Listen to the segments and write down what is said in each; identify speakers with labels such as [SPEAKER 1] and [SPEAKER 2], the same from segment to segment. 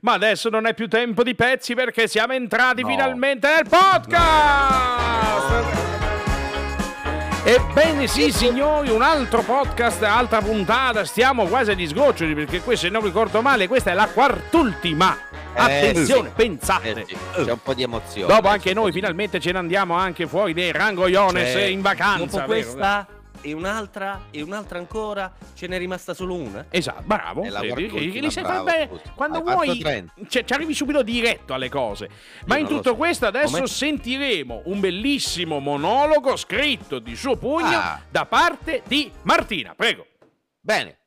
[SPEAKER 1] Ma adesso non è più tempo di pezzi perché siamo entrati
[SPEAKER 2] No.
[SPEAKER 1] finalmente nel podcast! Ebbene sì signori, un altro podcast, altra puntata, stiamo quasi agli sgoccioli perché questo, se non ricordo male, questa è la quart'ultima. Attenzione,
[SPEAKER 3] Eh, sì.
[SPEAKER 1] pensate.
[SPEAKER 3] Eh sì, c'è un po' di emozione.
[SPEAKER 1] Oh. Dopo anche noi finalmente ce ne andiamo anche fuori dei rangoiones
[SPEAKER 3] Cioè,
[SPEAKER 1] in vacanza.
[SPEAKER 3] dopo
[SPEAKER 1] vero?
[SPEAKER 3] questa e un'altra e un'altra ancora, ce n'è rimasta solo una?
[SPEAKER 1] Esatto, bravo.
[SPEAKER 3] È la
[SPEAKER 1] Sì,
[SPEAKER 3] quart'ultima,
[SPEAKER 1] sì, sì, sì,
[SPEAKER 3] bravo,
[SPEAKER 1] vabbè,
[SPEAKER 3] scusa.
[SPEAKER 1] quando
[SPEAKER 3] Hai fatto
[SPEAKER 1] vuoi
[SPEAKER 3] 30.
[SPEAKER 1] cioè, ci arrivi subito diretto alle cose. Ma
[SPEAKER 3] Io
[SPEAKER 1] in
[SPEAKER 3] non lo
[SPEAKER 1] tutto
[SPEAKER 3] so.
[SPEAKER 1] questo adesso
[SPEAKER 3] Come?
[SPEAKER 1] sentiremo un bellissimo monologo scritto di suo pugno
[SPEAKER 3] Ah.
[SPEAKER 1] da parte di Martina. Prego.
[SPEAKER 3] Bene.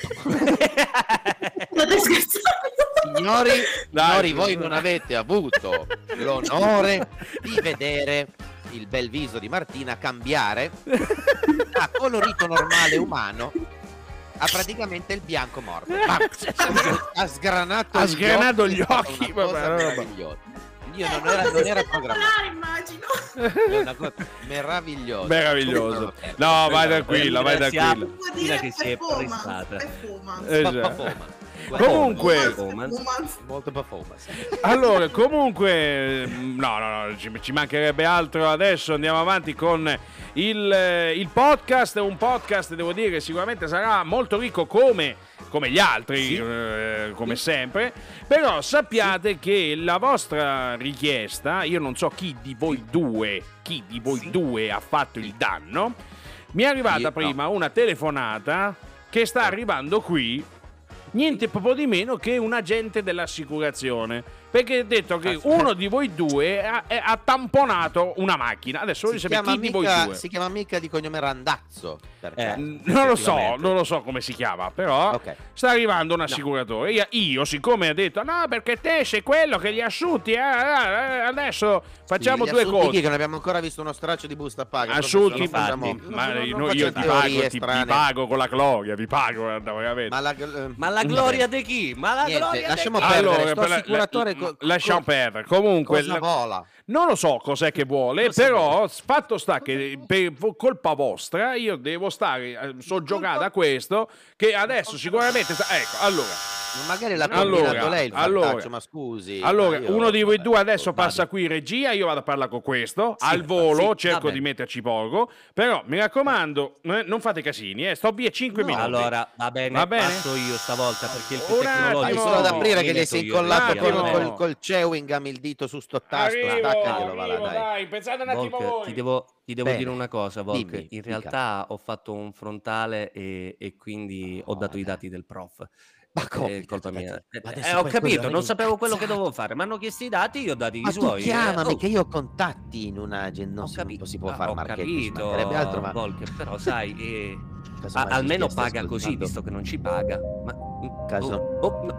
[SPEAKER 4] State scherzando?
[SPEAKER 3] Signori,
[SPEAKER 1] Dai,
[SPEAKER 3] signori,
[SPEAKER 1] su.
[SPEAKER 3] voi non avete avuto l'onore di vedere il bel viso di Martina cambiare da colorito normale umano a praticamente il bianco morto. Ma- ha sgranato,
[SPEAKER 1] Ha
[SPEAKER 3] gli
[SPEAKER 1] sgranato
[SPEAKER 3] occhi,
[SPEAKER 1] gli
[SPEAKER 3] è stata
[SPEAKER 1] occhi,
[SPEAKER 3] una cosa
[SPEAKER 1] vabbè, roba.
[SPEAKER 3] meravigliosa. Io non era, non era programmato,
[SPEAKER 4] Parlare, immagino.
[SPEAKER 3] è una cosa meravigliosa.
[SPEAKER 1] Meraviglioso. No, vai tranquilla, vai tranquilla.
[SPEAKER 4] Vuol
[SPEAKER 2] Mira
[SPEAKER 4] dire
[SPEAKER 2] che si è
[SPEAKER 4] performance,
[SPEAKER 2] prestata.
[SPEAKER 4] performance.
[SPEAKER 1] Eh,
[SPEAKER 3] Pa-
[SPEAKER 1] già.
[SPEAKER 3] performance.
[SPEAKER 1] Comunque-
[SPEAKER 3] Performance.
[SPEAKER 4] Performance.
[SPEAKER 3] molto performance.
[SPEAKER 1] Allora, comunque, mm, no, no, no, ci, ci mancherebbe altro. Adesso andiamo avanti con il, eh, il podcast. Un podcast, devo dire, che sicuramente sarà molto ricco come, come gli altri,
[SPEAKER 3] Sì.
[SPEAKER 1] eh, come sempre. Però sappiate che la vostra richiesta, io non so chi di voi due, chi di voi
[SPEAKER 3] Sì.
[SPEAKER 1] due ha fatto il danno, mi è arrivata
[SPEAKER 3] Io no. Eh.
[SPEAKER 1] prima una telefonata che sta arrivando qui niente proprio di meno che un agente dell'assicurazione. Perché è detto che
[SPEAKER 3] Cazzo.
[SPEAKER 1] uno di voi due ha, è- ha tamponato una macchina. Adesso voglio
[SPEAKER 3] si,
[SPEAKER 1] sapere
[SPEAKER 3] chiama
[SPEAKER 1] chi di voi
[SPEAKER 3] mica,
[SPEAKER 1] due.
[SPEAKER 3] si chiama mica di cognome Randazzo. per
[SPEAKER 2] Eh,
[SPEAKER 3] caso,
[SPEAKER 1] Mm, Non lo so,
[SPEAKER 3] effettivamente.
[SPEAKER 1] non lo so come si chiama, però
[SPEAKER 3] Ok.
[SPEAKER 1] sta arrivando un assicuratore. Io, io, siccome ha detto no, perché te sei quello che gli asciutti, eh, eh, eh, adesso facciamo
[SPEAKER 3] Gli
[SPEAKER 1] due
[SPEAKER 3] assunti chi,
[SPEAKER 1] cose.
[SPEAKER 3] Che non abbiamo ancora visto uno straccio di busta paga.
[SPEAKER 1] Asciutti,
[SPEAKER 3] proprio sono
[SPEAKER 1] ma,
[SPEAKER 3] fatti.
[SPEAKER 1] ma
[SPEAKER 3] Non- non-
[SPEAKER 1] no,
[SPEAKER 3] non
[SPEAKER 1] io
[SPEAKER 3] faccio
[SPEAKER 1] ti
[SPEAKER 3] teorie
[SPEAKER 1] pago, ti- ti,
[SPEAKER 3] strane.
[SPEAKER 1] pago con la gloria, vi pago, guarda, veramente.
[SPEAKER 3] Ma la, eh,
[SPEAKER 2] Ma la
[SPEAKER 3] vabbè.
[SPEAKER 2] gloria di chi? Ma la
[SPEAKER 3] Niente,
[SPEAKER 2] gloria
[SPEAKER 3] lasciamo
[SPEAKER 2] di chi?
[SPEAKER 3] perdere.
[SPEAKER 1] Allora,
[SPEAKER 3] sto
[SPEAKER 1] per la-
[SPEAKER 3] assicuratore
[SPEAKER 1] la-
[SPEAKER 3] co-
[SPEAKER 1] lasciamo
[SPEAKER 3] co-
[SPEAKER 1] perdere. Comunque,
[SPEAKER 3] cosa
[SPEAKER 1] la-
[SPEAKER 3] vola?
[SPEAKER 1] Non lo so cos'è che vuole,
[SPEAKER 2] Lo so.
[SPEAKER 1] però fatto sta che per vo- colpa vostra io devo stare eh, soggiogata a questo che adesso sicuramente sta- ecco, allora,
[SPEAKER 3] Ma Magari l'ha
[SPEAKER 1] Allora,
[SPEAKER 3] combinato lei il
[SPEAKER 1] allora,
[SPEAKER 3] fantaccio, ma scusi.
[SPEAKER 1] allora,
[SPEAKER 3] ma io-
[SPEAKER 1] uno di voi
[SPEAKER 3] vabbè,
[SPEAKER 1] due adesso
[SPEAKER 3] vado.
[SPEAKER 1] passa qui in regia, io vado a parlare con questo,
[SPEAKER 3] Sì,
[SPEAKER 1] al volo
[SPEAKER 3] sì, va
[SPEAKER 1] cerco
[SPEAKER 3] bene.
[SPEAKER 1] di metterci poco, però mi raccomando, eh, non fate casini, eh, sto via 5
[SPEAKER 3] No,
[SPEAKER 1] minuti.
[SPEAKER 2] Allora, va bene,
[SPEAKER 1] Va bene?
[SPEAKER 2] passo io stavolta perché il
[SPEAKER 1] Un
[SPEAKER 3] Hai
[SPEAKER 1] attimo.
[SPEAKER 2] tecnologico...
[SPEAKER 3] solo da aprire che le sei incollato
[SPEAKER 1] io,
[SPEAKER 3] col,
[SPEAKER 1] io.
[SPEAKER 3] col, col chewing gum il dito su sto tasto.
[SPEAKER 1] arrivo,
[SPEAKER 3] Staccaglielo, va là,
[SPEAKER 1] arrivo,
[SPEAKER 3] dai. Boh,
[SPEAKER 1] dai, pensate un attimo
[SPEAKER 2] Volk,
[SPEAKER 1] voi.
[SPEAKER 2] ti devo, ti devo
[SPEAKER 3] Bene.
[SPEAKER 2] dire una cosa, Volk.
[SPEAKER 3] Dimmi,
[SPEAKER 2] in
[SPEAKER 3] dica.
[SPEAKER 2] realtà ho fatto un frontale e, e quindi ho
[SPEAKER 3] No,
[SPEAKER 2] dato i
[SPEAKER 3] dai.
[SPEAKER 2] dati del prof.
[SPEAKER 3] Ma
[SPEAKER 2] Eh,
[SPEAKER 3] come?
[SPEAKER 2] colpa
[SPEAKER 3] Dai,
[SPEAKER 2] mia.
[SPEAKER 3] dai,
[SPEAKER 2] Eh,
[SPEAKER 3] ma
[SPEAKER 2] eh,
[SPEAKER 3] adesso
[SPEAKER 2] ho
[SPEAKER 3] poi
[SPEAKER 2] capito,
[SPEAKER 3] quello
[SPEAKER 2] non
[SPEAKER 3] lì-
[SPEAKER 2] sapevo quello che
[SPEAKER 3] Esatto.
[SPEAKER 2] dovevo fare. Mi hanno chiesto i dati, io ho dato i
[SPEAKER 3] Ma tu
[SPEAKER 2] suoi. eh,
[SPEAKER 3] chiamami
[SPEAKER 2] oh,
[SPEAKER 3] che io ho contatti in un agent,
[SPEAKER 2] ho
[SPEAKER 3] non, si, non
[SPEAKER 2] capi-
[SPEAKER 3] si può
[SPEAKER 2] ah,
[SPEAKER 3] fare
[SPEAKER 2] ho
[SPEAKER 3] marketing, ci
[SPEAKER 2] capito,
[SPEAKER 3] mancherebbe altro, ma
[SPEAKER 2] Volk, però sai, eh,
[SPEAKER 3] casomai
[SPEAKER 2] a-
[SPEAKER 3] ci
[SPEAKER 2] almeno
[SPEAKER 3] stia
[SPEAKER 2] paga così,
[SPEAKER 3] ascoltando.
[SPEAKER 2] visto che non ci paga. Ma, oh,
[SPEAKER 3] Caso-
[SPEAKER 2] oh, no,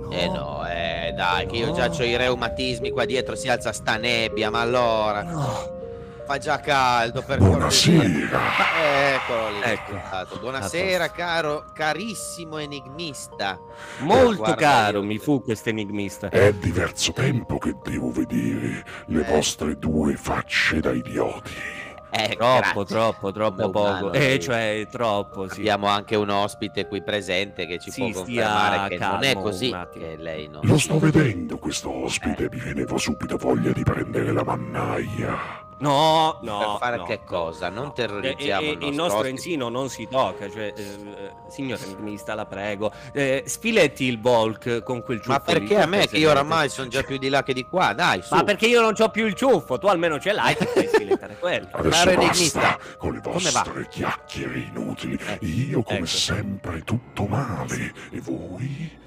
[SPEAKER 2] no.
[SPEAKER 3] Eh no, eh dai, che io già
[SPEAKER 2] No.
[SPEAKER 3] ho i reumatismi qua dietro, si alza sta nebbia, ma allora
[SPEAKER 2] no.
[SPEAKER 3] fa già caldo per
[SPEAKER 5] Buonasera.
[SPEAKER 3] cortesia. Eccolo lì.
[SPEAKER 2] Ecco.
[SPEAKER 3] scusato. Buonasera, caro, carissimo enigmista.
[SPEAKER 2] Molto
[SPEAKER 3] Guarda,
[SPEAKER 2] caro
[SPEAKER 3] io-
[SPEAKER 2] mi fu questo enigmista.
[SPEAKER 5] È diverso tempo che devo vedere le
[SPEAKER 3] Eh.
[SPEAKER 5] vostre due facce da idioti.
[SPEAKER 3] Eh,
[SPEAKER 2] Troppo,
[SPEAKER 3] grazie.
[SPEAKER 2] troppo, troppo
[SPEAKER 3] Come umano,
[SPEAKER 2] poco. Eh,
[SPEAKER 3] sì.
[SPEAKER 2] cioè, troppo, sì.
[SPEAKER 3] Abbiamo anche un ospite qui presente che ci
[SPEAKER 2] Sì,
[SPEAKER 3] può
[SPEAKER 2] stia
[SPEAKER 3] confermare che non è
[SPEAKER 2] calmo
[SPEAKER 3] così.
[SPEAKER 2] un attimo.
[SPEAKER 3] Che lei non...
[SPEAKER 2] Oh.
[SPEAKER 5] Lo sto vedendo questo ospite, mi veniva subito voglia di prendere la mannaia.
[SPEAKER 2] No, no.
[SPEAKER 3] Per fare
[SPEAKER 2] no,
[SPEAKER 3] che
[SPEAKER 2] no,
[SPEAKER 3] cosa? Non
[SPEAKER 2] no.
[SPEAKER 3] terrorizziamo
[SPEAKER 2] Eh, eh,
[SPEAKER 3] il nostro ospite.
[SPEAKER 2] ensino non si tocca, cioè, eh, eh, signore enigmista, la prego. Eh, sfiletti il Volk con quel ciuffo.
[SPEAKER 3] Ma
[SPEAKER 2] lì,
[SPEAKER 3] perché a me che io
[SPEAKER 2] cortesemente.
[SPEAKER 3] oramai sono già più di là che di qua? Dai, su.
[SPEAKER 2] Ma perché io non ho più il ciuffo, tu almeno ce l'hai, ti fai sfilettare quello.
[SPEAKER 5] Adesso
[SPEAKER 3] Caro
[SPEAKER 5] basta
[SPEAKER 3] enigmista,
[SPEAKER 5] con le
[SPEAKER 3] come va?
[SPEAKER 5] vostre chiacchiere inutili. Io, come
[SPEAKER 2] ecco.
[SPEAKER 5] sempre, tutto male. E voi?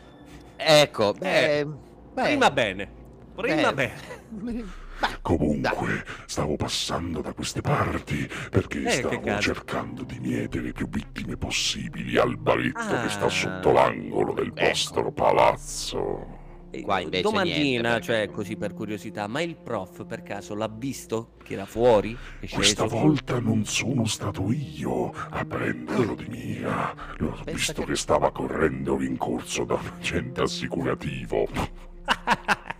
[SPEAKER 3] Ecco, beh, beh,
[SPEAKER 2] Prima bene, prima
[SPEAKER 3] beh.
[SPEAKER 2] bene.
[SPEAKER 5] Comunque, stavo passando da queste parti perché
[SPEAKER 2] Eh, che
[SPEAKER 5] stavo
[SPEAKER 2] cazzo.
[SPEAKER 5] cercando di mietere più vittime possibili al baretto
[SPEAKER 2] Ah.
[SPEAKER 5] che sta sotto l'angolo del
[SPEAKER 3] Ecco.
[SPEAKER 5] vostro palazzo.
[SPEAKER 2] Eh,
[SPEAKER 3] Qua invece
[SPEAKER 2] Domandina,
[SPEAKER 3] niente, perché-
[SPEAKER 2] cioè così per curiosità, ma il prof per caso l'ha visto che era fuori? È
[SPEAKER 5] Questa
[SPEAKER 2] sceso?
[SPEAKER 5] volta non sono stato io a prenderlo di mira. L'ho
[SPEAKER 3] Pensa
[SPEAKER 5] visto
[SPEAKER 3] che-
[SPEAKER 5] che... stava correndo rincorso da un agente assicurativo.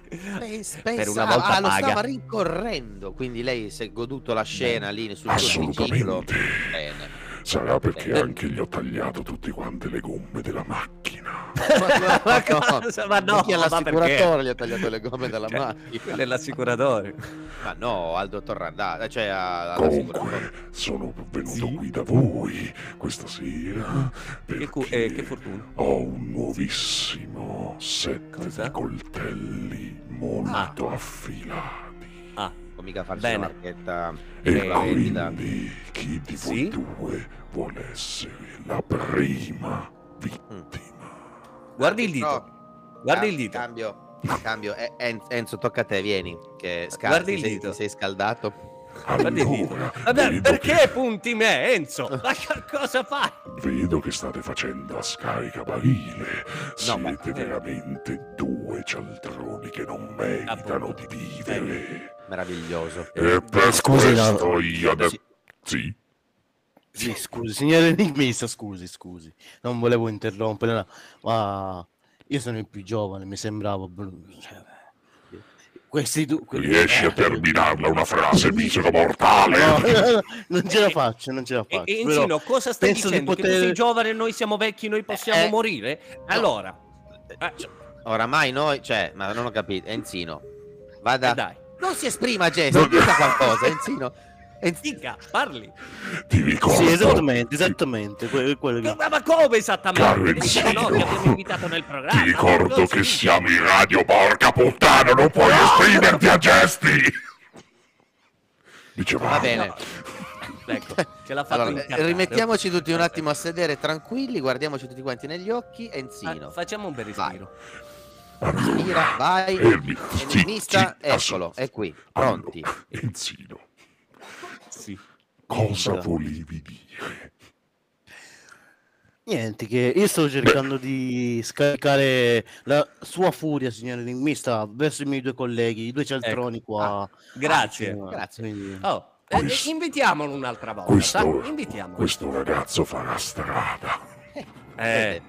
[SPEAKER 3] Pens-
[SPEAKER 2] per una
[SPEAKER 3] pensavo-
[SPEAKER 2] volta
[SPEAKER 3] ah, lo
[SPEAKER 2] paga.
[SPEAKER 3] stava ricorrendo, quindi lei si è goduto la scena lì sul suo triciclo.
[SPEAKER 5] Assolutamente.
[SPEAKER 3] Bene.
[SPEAKER 5] Sarà perché
[SPEAKER 3] Eh.
[SPEAKER 5] anche gli ho tagliato tutte quante le gomme della macchina.
[SPEAKER 2] Ah,
[SPEAKER 3] Ma,
[SPEAKER 2] Ma cosa? Ma no,
[SPEAKER 3] chi è
[SPEAKER 2] ma
[SPEAKER 3] l'assicuratore
[SPEAKER 2] perché?
[SPEAKER 3] gli ha tagliato le gomme dalla
[SPEAKER 2] Cioè,
[SPEAKER 3] macchina.
[SPEAKER 2] Quello è l'assicuratore.
[SPEAKER 3] Ma no, Aldo Torrandà, cioè a- all'assicuratore.
[SPEAKER 5] Comunque, sono venuto
[SPEAKER 2] Sì?
[SPEAKER 5] qui da voi questa sera perché
[SPEAKER 2] Che, cu- eh, che fortuna.
[SPEAKER 5] ho un nuovissimo set
[SPEAKER 2] Cosa?
[SPEAKER 5] di coltelli molto affilati.
[SPEAKER 2] Ah,
[SPEAKER 3] Può mica farsi
[SPEAKER 2] Bene.
[SPEAKER 3] una marchetta
[SPEAKER 5] E
[SPEAKER 2] Eh,
[SPEAKER 3] vendita.
[SPEAKER 5] quindi chi di voi
[SPEAKER 2] Sì?
[SPEAKER 5] due vuole essere la prima vittima?
[SPEAKER 2] guardi il dito.
[SPEAKER 3] No,
[SPEAKER 2] Guardi
[SPEAKER 3] cam-
[SPEAKER 2] il dito.
[SPEAKER 3] Cambio, cambio. Eh, En- Enzo, tocca a te, vieni. Che scaldi,
[SPEAKER 2] Guardi il
[SPEAKER 3] sei-
[SPEAKER 2] dito.
[SPEAKER 3] Sei scaldato.
[SPEAKER 2] Guardi il dito.
[SPEAKER 5] Allora,
[SPEAKER 2] Vabbè,
[SPEAKER 5] vedo
[SPEAKER 2] perché
[SPEAKER 5] che-
[SPEAKER 2] punti me, Enzo? Ma che cosa fai?
[SPEAKER 5] Vedo che state facendo a scaricabarile.
[SPEAKER 3] No, ma-
[SPEAKER 5] Siete veramente due cialtroni che non meritano
[SPEAKER 2] Appunto.
[SPEAKER 5] di vivere.
[SPEAKER 3] Meraviglioso.
[SPEAKER 5] E per
[SPEAKER 6] scusi, no.
[SPEAKER 5] questo io da...
[SPEAKER 3] Sì.
[SPEAKER 5] Sì,
[SPEAKER 6] Sì, scusi, signore enigmista, scusi, scusi, non volevo interrompere, no, ma io sono il più giovane, mi sembrava brutto. cioè, questi due... que-
[SPEAKER 5] riesci a
[SPEAKER 6] eh,
[SPEAKER 5] terminarla una frase, misero mortale?
[SPEAKER 6] no, non ce
[SPEAKER 2] Eh,
[SPEAKER 6] la faccio, non ce la
[SPEAKER 2] E,
[SPEAKER 6] faccio.
[SPEAKER 2] e
[SPEAKER 6] però
[SPEAKER 2] Enzino, eh, cosa stai
[SPEAKER 6] penso di
[SPEAKER 2] dicendo? Che tu
[SPEAKER 6] poter-
[SPEAKER 2] sei giovane e noi siamo vecchi, noi possiamo
[SPEAKER 3] eh,
[SPEAKER 2] morire? Allora, eh, cioè,
[SPEAKER 3] Oramai noi, cioè, ma non ho capito. Enzino,
[SPEAKER 2] eh,
[SPEAKER 3] vada.
[SPEAKER 2] dai,
[SPEAKER 3] Non si esprima, Gesso, dica qualcosa, Enzino. Enzino.
[SPEAKER 2] dica, parli.
[SPEAKER 5] Ti ricordo.
[SPEAKER 6] Sì, esattamente, esattamente, que- quello che...
[SPEAKER 2] Ma ma come
[SPEAKER 5] Caro
[SPEAKER 2] esattamente? Dica
[SPEAKER 5] Enzino,
[SPEAKER 2] no, ti abbiamo invitato nel programma. eh,
[SPEAKER 5] ti ricordo
[SPEAKER 2] Cosa
[SPEAKER 5] che
[SPEAKER 2] dici?
[SPEAKER 5] siamo in radio, porca puttana, non puoi esprimerti a gesti! Dicevamo,
[SPEAKER 3] Va bene.
[SPEAKER 2] Ecco, ce l'ha fatto
[SPEAKER 3] Allora,
[SPEAKER 2] incartare.
[SPEAKER 3] rimettiamoci tutti un
[SPEAKER 2] Perfetto.
[SPEAKER 3] attimo a sedere tranquilli, guardiamoci tutti quanti negli occhi.
[SPEAKER 2] Fa-
[SPEAKER 3] Enzino,
[SPEAKER 2] Ah, Facciamo un bel
[SPEAKER 3] Vai.
[SPEAKER 2] respiro.
[SPEAKER 3] Mira, vai.
[SPEAKER 5] Fermi,
[SPEAKER 3] Enigmista,
[SPEAKER 5] zitti,
[SPEAKER 3] eccolo,
[SPEAKER 5] ass-
[SPEAKER 3] è qui,
[SPEAKER 5] allora,
[SPEAKER 3] pronti.
[SPEAKER 5] Enzino,
[SPEAKER 2] Sì.
[SPEAKER 6] Ah,
[SPEAKER 5] cosa
[SPEAKER 6] Cosa?
[SPEAKER 5] volevi dire?
[SPEAKER 6] Niente, che io sto cercando di scaricare la sua furia, signore enigmista, verso i miei due colleghi, i due cialtroni
[SPEAKER 2] Ecco.
[SPEAKER 6] qua.
[SPEAKER 2] Ah, Grazie.
[SPEAKER 6] vicino,
[SPEAKER 3] grazie.
[SPEAKER 6] quindi-
[SPEAKER 2] Oh, eh,
[SPEAKER 5] Questo-
[SPEAKER 2] invitiamolo un'altra volta.
[SPEAKER 5] Questo,
[SPEAKER 2] sa? Invitiamolo.
[SPEAKER 5] questo ragazzo farà strada.
[SPEAKER 2] Eh,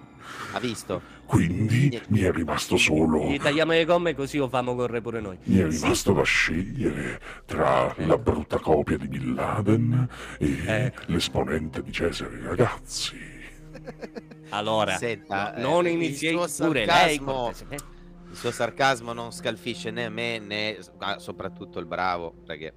[SPEAKER 3] Ha visto?
[SPEAKER 5] Quindi mi è rimasto solo
[SPEAKER 2] gli tagliamo le gomme così lo famo correre pure noi.
[SPEAKER 5] Mi è
[SPEAKER 2] Sì,
[SPEAKER 5] rimasto da scegliere tra la brutta copia di Bin Laden e
[SPEAKER 2] Ecco.
[SPEAKER 5] l'esponente di Cesare Ragazzi.
[SPEAKER 2] Allora,
[SPEAKER 3] Senta,
[SPEAKER 2] no, non
[SPEAKER 3] eh, il
[SPEAKER 2] iniziai
[SPEAKER 3] suo
[SPEAKER 2] pure lei. eh?
[SPEAKER 3] sarcasmo-
[SPEAKER 2] cortesemente.
[SPEAKER 3] Il suo sarcasmo non scalfisce né me né ah, soprattutto il bravo, perché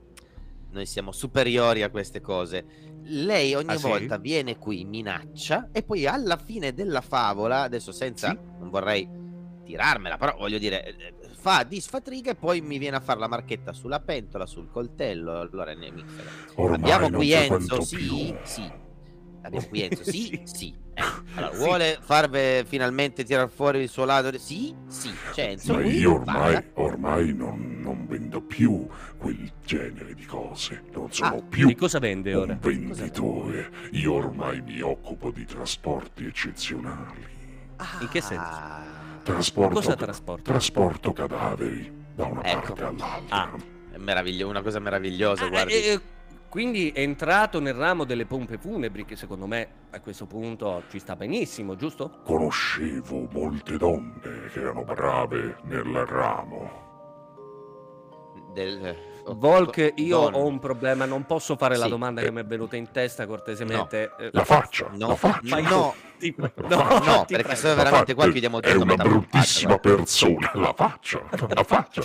[SPEAKER 3] noi siamo superiori a queste cose. Lei ogni
[SPEAKER 2] Ah, sì?
[SPEAKER 3] volta viene qui, minaccia e poi alla fine della favola, adesso senza, non vorrei tirarmela, però voglio dire, eh, eh, fa di sfatriga e poi mi viene a fare la marchetta sulla pentola, sul coltello, allora ne mi
[SPEAKER 5] Ormai
[SPEAKER 3] Abbiamo
[SPEAKER 5] non
[SPEAKER 3] qui
[SPEAKER 5] frequento
[SPEAKER 3] Enzo, sì,
[SPEAKER 5] più.
[SPEAKER 3] sì. Abbiamo qui Enzo, sì,
[SPEAKER 2] Sì.
[SPEAKER 3] sì. Ecco, Allora,
[SPEAKER 2] Sì.
[SPEAKER 3] vuole farve finalmente tirar fuori il suo lato? Sì, sì, c'è Enzo
[SPEAKER 5] Ma
[SPEAKER 3] qui,
[SPEAKER 5] io ormai,
[SPEAKER 3] vada.
[SPEAKER 5] ormai non, non vendo più quel genere di cose. Non sono
[SPEAKER 3] Ah,
[SPEAKER 5] più
[SPEAKER 2] Che cosa vende
[SPEAKER 5] un
[SPEAKER 2] ora?
[SPEAKER 5] venditore. Io ormai mi occupo di trasporti eccezionali.
[SPEAKER 2] In che senso?
[SPEAKER 3] Ah,
[SPEAKER 5] Trasporto,
[SPEAKER 2] Cosa trasporta?
[SPEAKER 5] trasporto cadaveri da una
[SPEAKER 3] Ecco.
[SPEAKER 5] parte all'altra.
[SPEAKER 2] Ah.
[SPEAKER 3] è meraviglio- una cosa meravigliosa,
[SPEAKER 2] Ah,
[SPEAKER 3] guardi.
[SPEAKER 2] eh, eh, quindi è entrato nel ramo delle pompe funebri, che secondo me a questo punto ci sta benissimo, giusto?
[SPEAKER 5] Conoscevo molte donne che erano brave nel ramo.
[SPEAKER 3] Del... oh,
[SPEAKER 2] Volk, io
[SPEAKER 3] donna.
[SPEAKER 2] ho un problema, non posso fare la
[SPEAKER 3] Sì.
[SPEAKER 2] domanda
[SPEAKER 5] Eh.
[SPEAKER 2] che mi è venuta in testa cortesemente. Eh,
[SPEAKER 5] La faccia,
[SPEAKER 3] No,
[SPEAKER 5] la faccia.
[SPEAKER 2] fai
[SPEAKER 3] no,
[SPEAKER 2] tu, ti pre-
[SPEAKER 5] La
[SPEAKER 2] no,
[SPEAKER 5] faccia.
[SPEAKER 3] No,
[SPEAKER 2] ti
[SPEAKER 3] perché
[SPEAKER 2] prego.
[SPEAKER 3] se- veramente, qua
[SPEAKER 5] La
[SPEAKER 3] chiudiamo
[SPEAKER 5] faccia. È
[SPEAKER 3] tutto,
[SPEAKER 5] una
[SPEAKER 3] mettiamo la faccia,
[SPEAKER 5] bruttissima persona, la faccia, la faccia.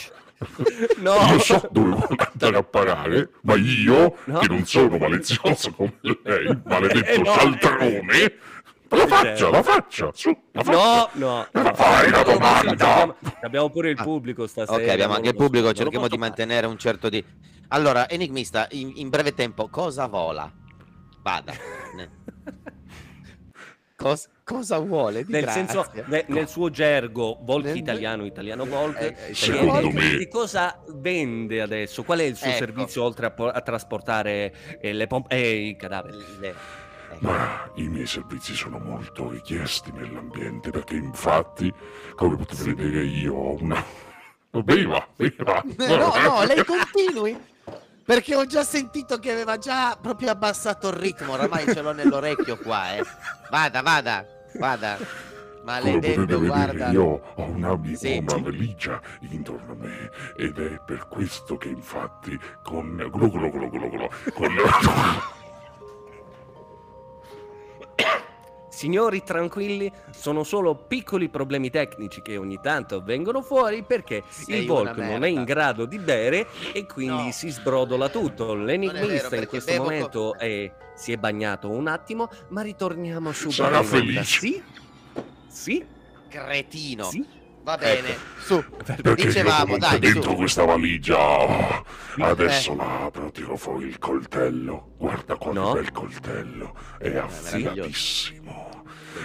[SPEAKER 2] No.
[SPEAKER 5] Io so dove vuole andare a parare, ma io,
[SPEAKER 2] No.
[SPEAKER 5] che non sono malizioso come lei, maledetto
[SPEAKER 2] Eh, no,
[SPEAKER 5] cialtrone, la faccia, la faccia, su, la faccia.
[SPEAKER 2] No, no,
[SPEAKER 5] Ma
[SPEAKER 2] no.
[SPEAKER 5] fai la domanda!
[SPEAKER 2] Abbiamo, abbiamo pure il
[SPEAKER 3] Ah,
[SPEAKER 2] pubblico stasera.
[SPEAKER 3] Ok, abbiamo
[SPEAKER 2] non
[SPEAKER 3] anche il
[SPEAKER 2] lo so,
[SPEAKER 3] pubblico,
[SPEAKER 2] non lo
[SPEAKER 3] cerchiamo
[SPEAKER 2] posso
[SPEAKER 3] di mantenere un certo di... Allora, enigmista, in, in breve tempo, cosa vola? Vada. Ne- Cos- cosa vuole? Di
[SPEAKER 2] Nel
[SPEAKER 3] grazia?
[SPEAKER 2] senso, ne- nel suo gergo, Volk
[SPEAKER 3] Nel-
[SPEAKER 2] italiano, italiano
[SPEAKER 3] Eh,
[SPEAKER 2] Volk,
[SPEAKER 3] eh,
[SPEAKER 5] Secondo
[SPEAKER 2] che-
[SPEAKER 5] me-
[SPEAKER 2] che cosa vende adesso? Qual è il suo
[SPEAKER 3] Ecco.
[SPEAKER 2] servizio oltre a, po- a trasportare eh, le pompe e i cadaveri?
[SPEAKER 3] Le- ecco.
[SPEAKER 5] Ma i miei servizi sono molto richiesti nell'ambiente perché infatti, come potete vedere, io ho una... Viva, viva!
[SPEAKER 3] No, no, lei continui. Perché ho già sentito che aveva già proprio abbassato il ritmo, oramai ce l'ho nell'orecchio qua, eh. Vada, vada, vada.
[SPEAKER 5] Come potete
[SPEAKER 3] Maledetto,
[SPEAKER 5] vedere,
[SPEAKER 3] guarda.
[SPEAKER 5] io ho una, mi-
[SPEAKER 3] Sì.
[SPEAKER 5] una valigia intorno a me ed è per questo che infatti con... Glu, glu, glu, glu, glu, con...
[SPEAKER 2] Signori tranquilli, sono solo piccoli problemi tecnici che ogni tanto vengono fuori perché
[SPEAKER 3] Sei
[SPEAKER 2] il
[SPEAKER 3] una
[SPEAKER 2] Volk non
[SPEAKER 3] merda.
[SPEAKER 2] è in grado di bere e quindi
[SPEAKER 3] No.
[SPEAKER 2] si sbrodola tutto.
[SPEAKER 3] Non è vero,
[SPEAKER 2] L'enigmista
[SPEAKER 3] perché
[SPEAKER 2] in questo
[SPEAKER 3] bevo eh.
[SPEAKER 2] momento
[SPEAKER 3] con-
[SPEAKER 2] è- si è bagnato un attimo, ma ritorniamo su
[SPEAKER 5] Sarà
[SPEAKER 2] Barovenda.
[SPEAKER 5] felice.
[SPEAKER 2] Sì? Sì?
[SPEAKER 3] Cretino.
[SPEAKER 2] Sì?
[SPEAKER 3] Va bene. Su.
[SPEAKER 5] Ecco. Perché
[SPEAKER 3] Dicevamo,
[SPEAKER 5] io comunque
[SPEAKER 3] dai, Eh.
[SPEAKER 5] dentro
[SPEAKER 3] su.
[SPEAKER 5] questa valigia oh, adesso la apro, tiro fuori il coltello. Guarda quanto
[SPEAKER 2] No.
[SPEAKER 5] bel coltello,
[SPEAKER 3] Eh,
[SPEAKER 5] è affilatissimo.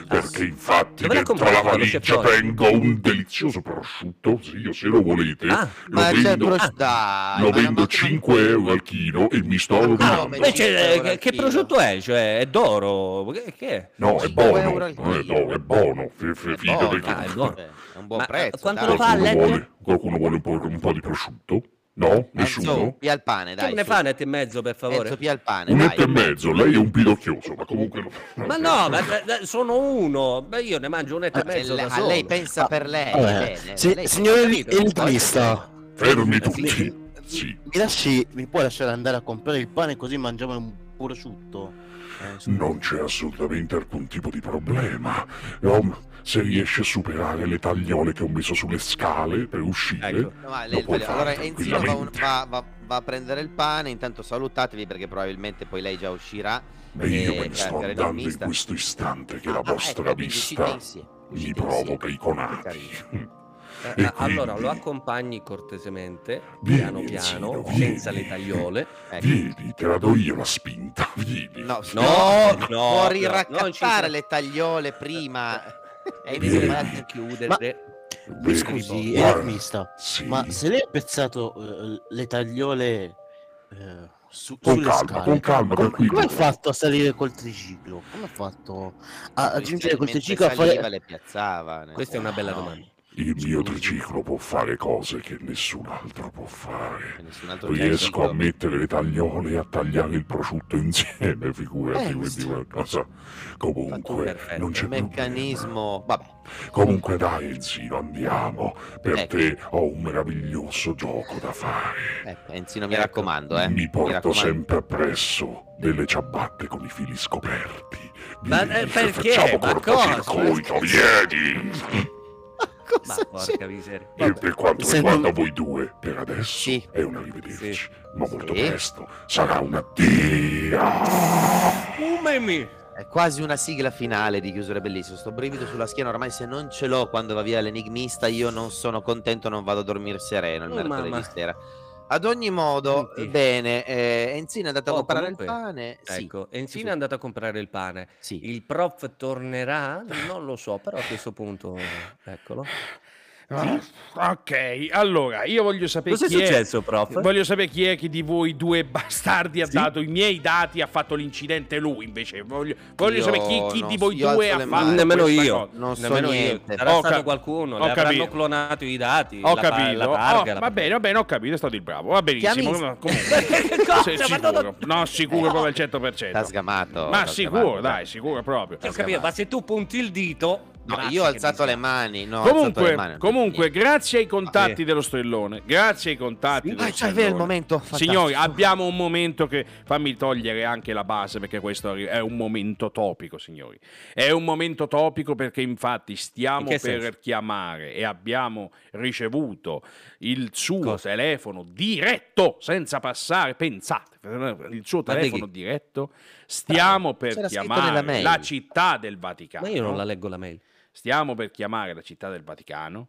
[SPEAKER 3] Ah,
[SPEAKER 5] Perché infatti
[SPEAKER 2] Dove l'ha
[SPEAKER 5] dentro la
[SPEAKER 2] comprato lo chef
[SPEAKER 5] valigia
[SPEAKER 2] Boy?
[SPEAKER 5] tengo un delizioso prosciutto, sì, se lo volete,
[SPEAKER 2] Ah,
[SPEAKER 5] lo
[SPEAKER 3] Ma c'è il
[SPEAKER 5] vendo, Ah,
[SPEAKER 3] prosciutto. Dai, ma
[SPEAKER 5] lo
[SPEAKER 3] non Ah,
[SPEAKER 5] vendo
[SPEAKER 3] manca-
[SPEAKER 5] 5 euro al chilo e mi sto rovinando.
[SPEAKER 3] come-
[SPEAKER 2] Invece,
[SPEAKER 3] cinque
[SPEAKER 2] eh,
[SPEAKER 3] euro
[SPEAKER 2] che,
[SPEAKER 3] al
[SPEAKER 2] che
[SPEAKER 3] chilo.
[SPEAKER 2] prosciutto è? Cioè, è d'oro? Che, che è?
[SPEAKER 5] No, è
[SPEAKER 3] Cinque
[SPEAKER 5] buono,
[SPEAKER 3] euro al
[SPEAKER 5] non è
[SPEAKER 3] chilo.
[SPEAKER 5] d'oro, è buono, fi-
[SPEAKER 3] È
[SPEAKER 5] fi- fidati
[SPEAKER 3] buono,
[SPEAKER 5] che-
[SPEAKER 2] ah, è buono.
[SPEAKER 3] Eh, È un buon
[SPEAKER 2] Ma,
[SPEAKER 3] prezzo.
[SPEAKER 2] quanto
[SPEAKER 3] dai.
[SPEAKER 2] lo fa a
[SPEAKER 5] Qualcuno
[SPEAKER 2] letto?
[SPEAKER 5] vuole, qualcuno vuole un po', un po' di prosciutto? No?
[SPEAKER 3] Mezzo
[SPEAKER 5] Nessuno?
[SPEAKER 3] pia al pane, dai.
[SPEAKER 2] Che ne
[SPEAKER 3] su.
[SPEAKER 2] fa net e mezzo, per favore?
[SPEAKER 3] Mezzo pia al pane,
[SPEAKER 5] Un etto e
[SPEAKER 3] dai. eh,
[SPEAKER 5] mezzo, lei è un pidocchioso, ma comunque... lo-
[SPEAKER 2] Ma no, ma, ma- ma- sono uno. Beh, io ne mangio un etto e
[SPEAKER 3] Eh,
[SPEAKER 2] mezzo
[SPEAKER 3] le-
[SPEAKER 2] da
[SPEAKER 3] a
[SPEAKER 2] solo. Ah.
[SPEAKER 3] lei pensa per lei.
[SPEAKER 6] Vabbè,
[SPEAKER 3] bene,
[SPEAKER 6] se-
[SPEAKER 3] lei-
[SPEAKER 6] signore
[SPEAKER 3] capito?
[SPEAKER 6] enigmista,
[SPEAKER 5] Fermi
[SPEAKER 6] mi,
[SPEAKER 5] tutti. Sì.
[SPEAKER 6] mi lasci, mi puoi lasciare andare a comprare il pane così mangiamo un prosciutto? Eh, scusa.
[SPEAKER 5] Non c'è assolutamente alcun tipo di problema. Rom, se riesci a superare le tagliole che ho messo sulle scale per uscire...
[SPEAKER 2] Ecco.
[SPEAKER 3] No, ma
[SPEAKER 5] Lo
[SPEAKER 3] lei-
[SPEAKER 5] puoi fare
[SPEAKER 3] allora Enzino va, un-
[SPEAKER 5] tranquillamente.
[SPEAKER 3] va- va- va a prendere il pane, intanto salutatevi perché probabilmente poi lei già uscirà.
[SPEAKER 5] E io
[SPEAKER 3] Eh,
[SPEAKER 5] me ne sto
[SPEAKER 3] cacchio,
[SPEAKER 5] andando in
[SPEAKER 3] l'enigmista.
[SPEAKER 5] questo istante che
[SPEAKER 3] Ah,
[SPEAKER 5] la
[SPEAKER 3] ah,
[SPEAKER 5] vostra
[SPEAKER 3] ecco, quindi uscite
[SPEAKER 5] vista
[SPEAKER 3] insieme,
[SPEAKER 5] mi
[SPEAKER 3] uscite
[SPEAKER 5] provoca i
[SPEAKER 3] insieme.
[SPEAKER 5] conati.
[SPEAKER 2] Eh,
[SPEAKER 5] E
[SPEAKER 2] allora
[SPEAKER 5] quindi-
[SPEAKER 2] lo accompagni cortesemente,
[SPEAKER 5] Vieni,
[SPEAKER 2] piano piano,
[SPEAKER 5] Enzino,
[SPEAKER 2] senza
[SPEAKER 5] vieni.
[SPEAKER 2] le tagliole.
[SPEAKER 3] Ecco.
[SPEAKER 5] Vieni, te la do io la spinta, vieni.
[SPEAKER 3] No, no,
[SPEAKER 2] No, no,
[SPEAKER 3] può
[SPEAKER 2] no, non ci
[SPEAKER 3] riraccattare
[SPEAKER 2] sarà.
[SPEAKER 3] le tagliole prima.
[SPEAKER 2] E
[SPEAKER 5] Vieni.
[SPEAKER 2] inizia a chiudere.
[SPEAKER 5] Bene,
[SPEAKER 6] Mi scusi,
[SPEAKER 3] eh,
[SPEAKER 5] guarda,
[SPEAKER 6] enigmista,
[SPEAKER 5] Sì.
[SPEAKER 6] ma se lei ha pensato eh, le tagliole eh, su,
[SPEAKER 5] Con
[SPEAKER 6] sulle
[SPEAKER 5] calma,
[SPEAKER 6] scale,
[SPEAKER 5] con calma,
[SPEAKER 6] com-
[SPEAKER 5] tranquillo.
[SPEAKER 6] come ha fatto a salire col triciclo? Come ha fatto
[SPEAKER 5] Ah,
[SPEAKER 6] a
[SPEAKER 2] Ecco,
[SPEAKER 6] a giungere col triciclo a fare... Ah,
[SPEAKER 3] le piazzava. nel
[SPEAKER 2] Questa è una bella
[SPEAKER 6] No.
[SPEAKER 2] domanda.
[SPEAKER 5] Il mio
[SPEAKER 6] Scusi.
[SPEAKER 5] triciclo può fare cose che nessun altro può
[SPEAKER 3] senso,
[SPEAKER 5] fare.
[SPEAKER 3] nessun altro certo
[SPEAKER 5] Riesco
[SPEAKER 3] triciclo.
[SPEAKER 5] a mettere le tagliole e a tagliare il prosciutto insieme, figurati,
[SPEAKER 6] Eh,
[SPEAKER 5] quindi
[SPEAKER 6] sì.
[SPEAKER 5] qualcosa.
[SPEAKER 2] Fatto
[SPEAKER 5] Comunque,
[SPEAKER 2] perfetto,
[SPEAKER 5] non c'è
[SPEAKER 3] Un
[SPEAKER 5] problema.
[SPEAKER 3] meccanismo. Vabbè,
[SPEAKER 5] Comunque dai, Enzino, andiamo. Per
[SPEAKER 3] Ecco.
[SPEAKER 5] te ho un meraviglioso gioco da fare.
[SPEAKER 3] ecco, Enzino, mi
[SPEAKER 2] Ecco.
[SPEAKER 3] raccomando, eh.
[SPEAKER 5] Mi porto
[SPEAKER 3] raccomando.
[SPEAKER 5] sempre appresso delle ciabatte con i fili scoperti.
[SPEAKER 2] Ma,
[SPEAKER 5] Vieni,
[SPEAKER 2] eh,
[SPEAKER 5] che
[SPEAKER 2] perché?
[SPEAKER 5] Facciamo
[SPEAKER 2] Ma
[SPEAKER 5] cortocircuito, vieni!
[SPEAKER 2] Ma
[SPEAKER 6] Cosa c'è?
[SPEAKER 2] porca miseria.
[SPEAKER 5] E per quanto
[SPEAKER 6] Se
[SPEAKER 5] riguarda
[SPEAKER 6] non-
[SPEAKER 5] voi due, per adesso
[SPEAKER 3] Sì.
[SPEAKER 5] è un arrivederci,
[SPEAKER 2] Sì.
[SPEAKER 5] ma molto
[SPEAKER 3] Sì.
[SPEAKER 5] presto sarà un addio.
[SPEAKER 2] Umemi!
[SPEAKER 3] È quasi una sigla finale di chiusura bellissima. Sto brivido sulla schiena. Ormai, se non ce l'ho quando va via l'enigmista, io non sono contento, non vado a dormire sereno il
[SPEAKER 2] Oh,
[SPEAKER 3] mercoledì
[SPEAKER 2] mamma.
[SPEAKER 3] sera. Ad ogni modo,
[SPEAKER 2] Senti.
[SPEAKER 3] bene, eh, Enzino è andato a
[SPEAKER 2] Oh,
[SPEAKER 3] comprare
[SPEAKER 2] comunque,
[SPEAKER 3] il pane. Sì,
[SPEAKER 2] Ecco, Enzino è andato a comprare il pane.
[SPEAKER 3] sì.
[SPEAKER 2] Il prof tornerà? Non lo so, però a questo punto, eccolo.
[SPEAKER 1] Ah, Ok, allora io voglio sapere
[SPEAKER 2] Cos'è
[SPEAKER 1] chi è.
[SPEAKER 2] successo, prof?
[SPEAKER 1] Voglio sapere chi è che di voi due bastardi ha
[SPEAKER 2] Sì?
[SPEAKER 1] dato i miei dati, ha fatto l'incidente lui invece. Voglio, voglio
[SPEAKER 3] Io
[SPEAKER 1] sapere chi, chi di
[SPEAKER 3] non-
[SPEAKER 1] voi
[SPEAKER 3] io
[SPEAKER 1] due
[SPEAKER 3] alzo
[SPEAKER 1] ha
[SPEAKER 3] le
[SPEAKER 1] fatto.
[SPEAKER 3] mani.
[SPEAKER 2] Nemmeno
[SPEAKER 1] questa
[SPEAKER 2] io.
[SPEAKER 1] cosa.
[SPEAKER 3] Non so
[SPEAKER 2] Nemmeno io.
[SPEAKER 3] niente.
[SPEAKER 2] Sarà
[SPEAKER 1] Ho
[SPEAKER 2] stato
[SPEAKER 1] cap-
[SPEAKER 2] qualcuno,
[SPEAKER 1] ho
[SPEAKER 2] le avranno
[SPEAKER 1] capito.
[SPEAKER 2] clonato i dati,
[SPEAKER 1] Ho
[SPEAKER 2] la, pa-
[SPEAKER 1] capito.
[SPEAKER 2] la targa.
[SPEAKER 1] Oh,
[SPEAKER 2] la-
[SPEAKER 1] va bene, va bene, ho capito, è stato il bravo. Va benissimo.
[SPEAKER 3] Chiamisti.
[SPEAKER 1] ma- Comunque,
[SPEAKER 2] Cosa?
[SPEAKER 1] Sei
[SPEAKER 2] Ma
[SPEAKER 1] sicuro.
[SPEAKER 2] non-
[SPEAKER 1] No, sicuro
[SPEAKER 3] Eh,
[SPEAKER 1] proprio al
[SPEAKER 3] T'ha
[SPEAKER 1] 100%.
[SPEAKER 3] sgamato.
[SPEAKER 1] Ma
[SPEAKER 3] t'ha
[SPEAKER 1] sicuro,
[SPEAKER 3] sgamato.
[SPEAKER 1] dai, sicuro proprio.
[SPEAKER 2] Ho capito, ma se tu punti il dito...
[SPEAKER 3] No,
[SPEAKER 2] grazie
[SPEAKER 3] io ho
[SPEAKER 2] che
[SPEAKER 3] alzato
[SPEAKER 2] mi-
[SPEAKER 3] le mani. No, ho alzato le mani,
[SPEAKER 1] Comunque,
[SPEAKER 3] non
[SPEAKER 1] comunque,
[SPEAKER 3] dico
[SPEAKER 1] grazie ai contatti
[SPEAKER 2] Eh.
[SPEAKER 1] dello strellone, grazie ai contatti
[SPEAKER 3] niente.
[SPEAKER 1] dello
[SPEAKER 3] Ah, c'è
[SPEAKER 1] strellone.
[SPEAKER 3] vero il momento. fantastico.
[SPEAKER 1] Signori, abbiamo un momento che fammi togliere anche la base perché questo arri- è un momento topico, signori. È un momento topico perché infatti stiamo
[SPEAKER 2] In
[SPEAKER 1] per
[SPEAKER 2] che senso?
[SPEAKER 1] chiamare e abbiamo ricevuto il suo
[SPEAKER 2] Cosa?
[SPEAKER 1] telefono diretto, senza passare, pensate, il suo
[SPEAKER 2] Ma di
[SPEAKER 1] telefono
[SPEAKER 2] chi?
[SPEAKER 1] diretto. Stiamo per
[SPEAKER 3] C'era scritto nella
[SPEAKER 1] chiamare
[SPEAKER 3] mail.
[SPEAKER 1] la città del Vaticano.
[SPEAKER 2] Ma io non la leggo la mail.
[SPEAKER 1] Stiamo per chiamare la città del Vaticano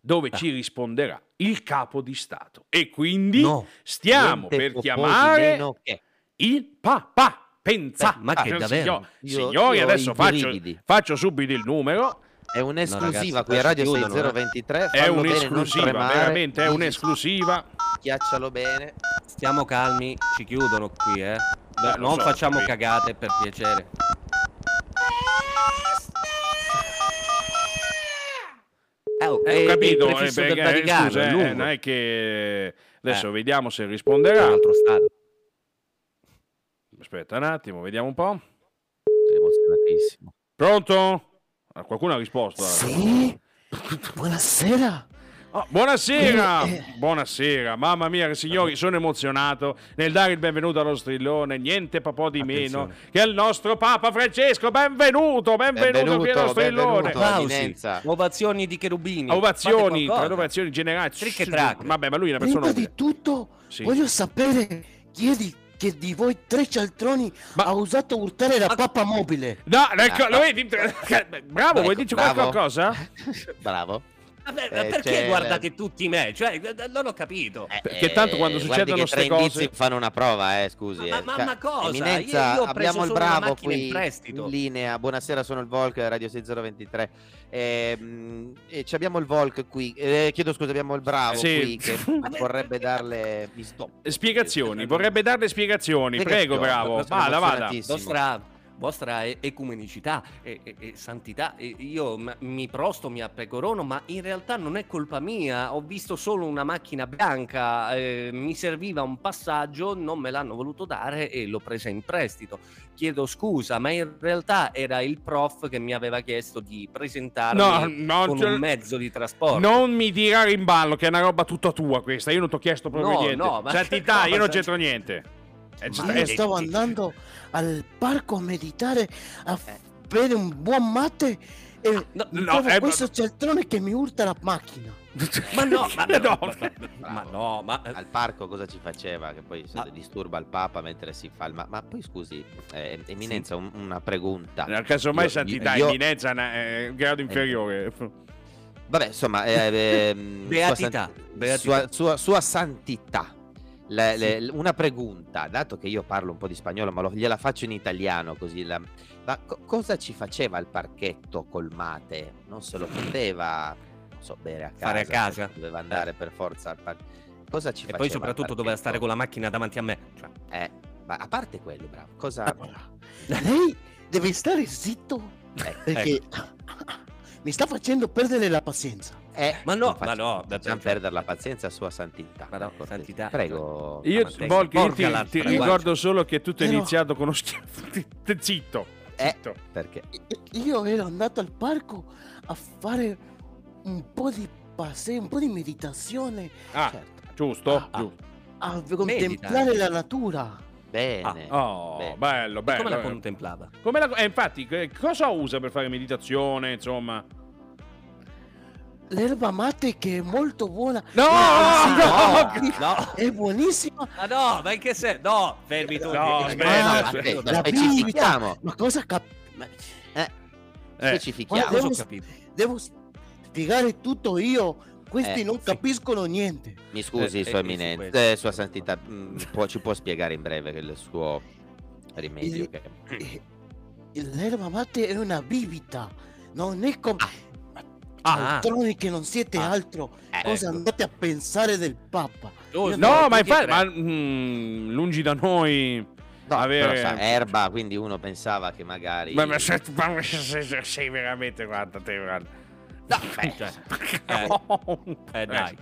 [SPEAKER 1] dove
[SPEAKER 2] Ah.
[SPEAKER 1] ci risponderà il capo di Stato. E quindi
[SPEAKER 2] No.
[SPEAKER 1] stiamo
[SPEAKER 3] Niente
[SPEAKER 1] per
[SPEAKER 3] po' di
[SPEAKER 1] chiamare
[SPEAKER 3] meno che.
[SPEAKER 1] il papà. Pensate,
[SPEAKER 2] Beh, ma che davvero?
[SPEAKER 1] signor-
[SPEAKER 3] Io-
[SPEAKER 1] signori,
[SPEAKER 3] io ho
[SPEAKER 1] adesso
[SPEAKER 3] i
[SPEAKER 1] faccio,
[SPEAKER 3] brividi.
[SPEAKER 1] faccio subito il numero.
[SPEAKER 3] È un'esclusiva
[SPEAKER 2] ragazzi,
[SPEAKER 3] qui a Radio
[SPEAKER 2] poi chiudono, eh.
[SPEAKER 3] 6023.
[SPEAKER 1] È
[SPEAKER 3] fallo bene, non
[SPEAKER 1] un'esclusiva,
[SPEAKER 3] tremare,
[SPEAKER 1] veramente è
[SPEAKER 3] digli,
[SPEAKER 1] un'esclusiva.
[SPEAKER 3] Schiaccialo bene.
[SPEAKER 2] Stiamo calmi, ci chiudono qui, eh.
[SPEAKER 1] Beh, lo
[SPEAKER 2] non
[SPEAKER 1] so,
[SPEAKER 2] facciamo
[SPEAKER 1] sì.
[SPEAKER 2] cagate per piacere. Eh, oh, è- è
[SPEAKER 1] Ho
[SPEAKER 2] il
[SPEAKER 1] capito, eh,
[SPEAKER 2] prefisso del
[SPEAKER 1] perché, eh,
[SPEAKER 2] Vaticano,
[SPEAKER 1] scusa,
[SPEAKER 2] è
[SPEAKER 1] eh,
[SPEAKER 2] lungo,
[SPEAKER 1] non è che adesso
[SPEAKER 2] Eh.
[SPEAKER 1] vediamo se
[SPEAKER 2] è un
[SPEAKER 1] risponderà.
[SPEAKER 2] altro stato.
[SPEAKER 1] Aspetta un attimo, vediamo un po'.
[SPEAKER 3] Sei emozionatissimo.
[SPEAKER 1] eh. Pronto? Ah, Qualcuno ha risposto? allora.
[SPEAKER 6] Sì? Buonasera! Eh,
[SPEAKER 1] Oh, buonasera, buonasera, mamma mia, signori, sono emozionato nel dare il benvenuto allo strillone, niente papò di meno
[SPEAKER 2] Attenzione.
[SPEAKER 1] che il nostro Papa Francesco, benvenuto, benvenuto,
[SPEAKER 3] Benvenuto,
[SPEAKER 1] qui allo strillone.
[SPEAKER 3] benvenuto.
[SPEAKER 2] Applausi,
[SPEAKER 3] Eminenza.
[SPEAKER 2] ovazioni di cherubini.
[SPEAKER 1] Ovazioni,
[SPEAKER 2] Fate qualcosa.
[SPEAKER 1] ovazioni generali.
[SPEAKER 2] Trick e track.
[SPEAKER 1] Vabbè, ma lui è una persona
[SPEAKER 6] Prima
[SPEAKER 1] utile.
[SPEAKER 6] di tutto,
[SPEAKER 1] Sì.
[SPEAKER 6] voglio sapere chi è di, che di voi tre cialtroni
[SPEAKER 1] Ma-
[SPEAKER 6] ha usato urtare la pappa mobile.
[SPEAKER 1] No, ecco,
[SPEAKER 3] Ah,
[SPEAKER 1] lo
[SPEAKER 3] no.
[SPEAKER 1] vedi? Bravo,
[SPEAKER 3] Ecco,
[SPEAKER 1] vuoi dirci
[SPEAKER 3] bravo.
[SPEAKER 1] qualcosa?
[SPEAKER 3] Bravo.
[SPEAKER 2] Vabbè, ma
[SPEAKER 3] Eh,
[SPEAKER 2] perché
[SPEAKER 3] c'è-
[SPEAKER 2] guarda che tutti me? Cioè, eh, non ho capito.
[SPEAKER 3] Eh,
[SPEAKER 1] Perché tanto quando
[SPEAKER 3] guardi
[SPEAKER 1] succedono
[SPEAKER 3] che tre
[SPEAKER 1] ste cose-
[SPEAKER 3] indizi fanno una prova, eh, scusi.
[SPEAKER 2] Ma-
[SPEAKER 3] eh.
[SPEAKER 2] ma-
[SPEAKER 3] Cioè,
[SPEAKER 2] ma cosa?
[SPEAKER 3] Eminenza,
[SPEAKER 2] Io- io ho preso
[SPEAKER 3] abbiamo il
[SPEAKER 2] solo una
[SPEAKER 3] bravo
[SPEAKER 2] macchina in
[SPEAKER 3] qui
[SPEAKER 2] prestito.
[SPEAKER 3] in linea. Buonasera, sono il Volk, Radio 6023. Ehm, e ci abbiamo il Volk qui. Eh, chiedo scusa, abbiamo il bravo
[SPEAKER 1] Sì.
[SPEAKER 3] qui che vorrebbe darle mi stop.
[SPEAKER 1] Spiegazioni, vorrebbe darle spiegazioni. Prego,
[SPEAKER 3] Spiegazioni,
[SPEAKER 1] bravo.
[SPEAKER 3] sono
[SPEAKER 1] Vada, vada.
[SPEAKER 3] emozionatissimo.
[SPEAKER 2] vostra, vostra e- ecumenicità e, e- e santità. e io m- mi prosto, mi appecorono, ma in realtà non è colpa mia. Ho visto solo una macchina bianca, eh, mi serviva un passaggio, non me l'hanno voluto dare e l'ho presa in prestito. Chiedo scusa, ma in realtà era il prof che mi aveva chiesto di presentarmi
[SPEAKER 1] no,
[SPEAKER 2] con
[SPEAKER 1] ce-
[SPEAKER 2] un mezzo di trasporto.
[SPEAKER 1] Non mi tirare in ballo, che è una roba tutta tua questa. Io non ti ho chiesto proprio
[SPEAKER 2] No,
[SPEAKER 1] niente.
[SPEAKER 2] no, ma-
[SPEAKER 1] Santità, io non
[SPEAKER 2] cosa-
[SPEAKER 1] c'entro niente. Eh, c'è-
[SPEAKER 6] Ma
[SPEAKER 1] eh,
[SPEAKER 6] io stavo andando al parco a meditare, a f- bere un buon latte e
[SPEAKER 2] no,
[SPEAKER 6] mi
[SPEAKER 1] no,
[SPEAKER 6] trovo
[SPEAKER 1] eh,
[SPEAKER 6] questo
[SPEAKER 1] ma-
[SPEAKER 6] cialtrone che mi urta la macchina.
[SPEAKER 2] Ma no, ma,
[SPEAKER 1] No.
[SPEAKER 2] ma- ma- ma no, ma eh,
[SPEAKER 3] Al parco cosa ci faceva? Che poi se
[SPEAKER 2] Ah.
[SPEAKER 3] disturba il Papa mentre si fa il ma, ma poi scusi, eh, Eminenza, un- una pregunta.
[SPEAKER 2] Eh.
[SPEAKER 1] Nel caso mai
[SPEAKER 3] Io-
[SPEAKER 1] santità,
[SPEAKER 3] io-
[SPEAKER 1] eminenza, na- eh, grado inferiore.
[SPEAKER 3] Vabbè, insomma, eh, ehm,
[SPEAKER 2] Beatità,
[SPEAKER 3] sua, san-
[SPEAKER 2] beatità.
[SPEAKER 3] sua- sua- sua santità. Le- le- le- una pregunta, dato che io parlo un po' di spagnolo, ma lo- gliela faccio in italiano così. la- ma co- cosa ci faceva il parchetto col mate? Non se lo poteva non so, bere a casa,
[SPEAKER 2] Fare a casa. Eh.
[SPEAKER 3] doveva andare per forza al parchetto. Cosa ci
[SPEAKER 2] e
[SPEAKER 3] faceva?
[SPEAKER 2] poi soprattutto doveva stare con la macchina davanti a me. Cioè,
[SPEAKER 3] la. Eh, ma a parte quello, bravo.
[SPEAKER 6] Ah,
[SPEAKER 3] Cosa.
[SPEAKER 2] Eh.
[SPEAKER 6] Lei deve stare zitto
[SPEAKER 3] eh,
[SPEAKER 6] perché mi sta facendo perdere la pazienza.
[SPEAKER 3] eh,
[SPEAKER 2] Ma no,
[SPEAKER 3] non
[SPEAKER 2] ma no,
[SPEAKER 3] facciamo
[SPEAKER 2] cioè-
[SPEAKER 3] perdere la pazienza, sua santità.
[SPEAKER 2] Ma no,
[SPEAKER 3] per cortesia.
[SPEAKER 2] santità.
[SPEAKER 3] Prego.
[SPEAKER 1] Io,
[SPEAKER 2] Amantegna.
[SPEAKER 1] Volk, io
[SPEAKER 2] Porca la
[SPEAKER 1] ti, ti
[SPEAKER 2] tre,
[SPEAKER 1] ricordo
[SPEAKER 2] guarda.
[SPEAKER 1] solo che tutto è
[SPEAKER 6] Però-
[SPEAKER 1] iniziato con uno schiaffo. Ti- ti- Zitto.
[SPEAKER 3] Eh.
[SPEAKER 1] zitto.
[SPEAKER 3] Perché?
[SPEAKER 6] Io ero andato eh, al parco a fare un po' di paseo, un po' di meditazione,
[SPEAKER 1] Ah,
[SPEAKER 6] certo,
[SPEAKER 1] giusto.
[SPEAKER 2] Cioè, Ah.
[SPEAKER 1] giusto.
[SPEAKER 6] a contemplare la natura.
[SPEAKER 3] Bene.
[SPEAKER 2] Ah,
[SPEAKER 1] Oh,
[SPEAKER 3] Bene.
[SPEAKER 1] bello, bello.
[SPEAKER 2] eh, come la
[SPEAKER 1] eh.
[SPEAKER 2] contemplava?
[SPEAKER 1] Come la- eh, infatti, che- cosa usa per fare meditazione? Insomma,
[SPEAKER 6] L'erba mate che è molto buona,
[SPEAKER 1] no,
[SPEAKER 6] Ah,
[SPEAKER 1] no,
[SPEAKER 2] No,
[SPEAKER 6] è buonissima,
[SPEAKER 2] ma no, ma in che senso? No, fermi tutti.
[SPEAKER 1] No,
[SPEAKER 2] Eh,
[SPEAKER 1] aspetta,
[SPEAKER 2] no,
[SPEAKER 3] aspetta.
[SPEAKER 2] no,
[SPEAKER 6] la
[SPEAKER 3] specifichiamo.
[SPEAKER 6] bibita. Ma cosa cap- ma-
[SPEAKER 1] Eh,
[SPEAKER 3] Specifichiamo.
[SPEAKER 6] Guarda,
[SPEAKER 2] non Ah, ho
[SPEAKER 6] Devo-
[SPEAKER 2] capito.
[SPEAKER 6] Devo spiegare tutto io, questi
[SPEAKER 3] Eh,
[SPEAKER 6] non
[SPEAKER 3] sì.
[SPEAKER 6] capiscono niente.
[SPEAKER 3] Mi scusi,
[SPEAKER 2] eh,
[SPEAKER 3] Sua
[SPEAKER 2] eh, su questo.
[SPEAKER 3] Eminenza, eh, Sua Santità, mm, può- ci può spiegare in breve che il suo rimedio?
[SPEAKER 6] Il-
[SPEAKER 3] che-
[SPEAKER 6] Eh, L'erba mate è una bibita, non è come...
[SPEAKER 2] Ah,
[SPEAKER 6] Cialtroni che non siete altro,
[SPEAKER 3] Eh,
[SPEAKER 6] cosa
[SPEAKER 2] ecco.
[SPEAKER 6] andate a pensare del Papa?
[SPEAKER 2] giusto,
[SPEAKER 1] no, ma
[SPEAKER 2] tutti e
[SPEAKER 1] infatti,
[SPEAKER 2] tre.
[SPEAKER 1] ma, mm, lungi da noi.
[SPEAKER 3] No,
[SPEAKER 1] avere-
[SPEAKER 3] però sa, erba, quindi uno pensava che magari...
[SPEAKER 1] Ma, ma se- ma se- se- sei veramente guarda te, guarda.
[SPEAKER 3] No, beh,
[SPEAKER 2] Cioè,
[SPEAKER 1] Eh,
[SPEAKER 2] eh, dai.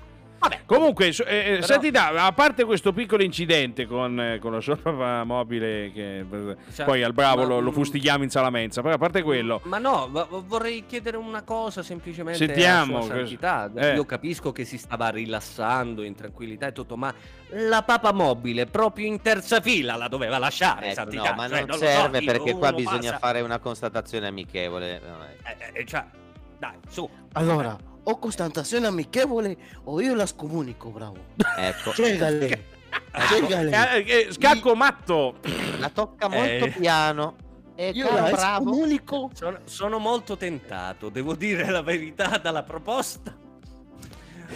[SPEAKER 1] Comunque, so- eh, eh,
[SPEAKER 2] Però-
[SPEAKER 1] santità, a parte questo piccolo incidente con, eh, con la sua mobile, che
[SPEAKER 2] Cioè,
[SPEAKER 1] poi al bravo
[SPEAKER 2] ma-
[SPEAKER 1] lo, lo fustighiamo in salamenza, però a parte quello,
[SPEAKER 2] Ma no, va- vorrei chiedere una cosa semplicemente
[SPEAKER 1] Sentiamo,
[SPEAKER 2] a Sua Santità.
[SPEAKER 1] cosa- eh.
[SPEAKER 2] Io capisco che si stava rilassando in tranquillità e tutto, ma la papa mobile proprio in terza fila la doveva lasciare,
[SPEAKER 3] ecco,
[SPEAKER 2] Santità.
[SPEAKER 3] no, ma
[SPEAKER 2] Cioè,
[SPEAKER 3] non
[SPEAKER 2] lo so,
[SPEAKER 3] serve
[SPEAKER 2] dico,
[SPEAKER 3] perché qua
[SPEAKER 2] uno
[SPEAKER 3] bisogna
[SPEAKER 2] passa-
[SPEAKER 3] fare una constatazione amichevole. no, eh.
[SPEAKER 2] Eh, eh, cioè, dai, su.
[SPEAKER 6] Allora, o constatazione amichevole o io la scomunico, bravo.
[SPEAKER 3] Ecco,
[SPEAKER 2] Cioè,
[SPEAKER 6] Cegale, cegale.
[SPEAKER 1] Eh, eh, scacco matto.
[SPEAKER 3] la tocca molto
[SPEAKER 2] Eh.
[SPEAKER 3] piano. E
[SPEAKER 6] Io
[SPEAKER 3] caro
[SPEAKER 6] la
[SPEAKER 3] bravo,
[SPEAKER 6] scomunico.
[SPEAKER 2] Sono, sono molto tentato, devo dire la verità, dalla proposta.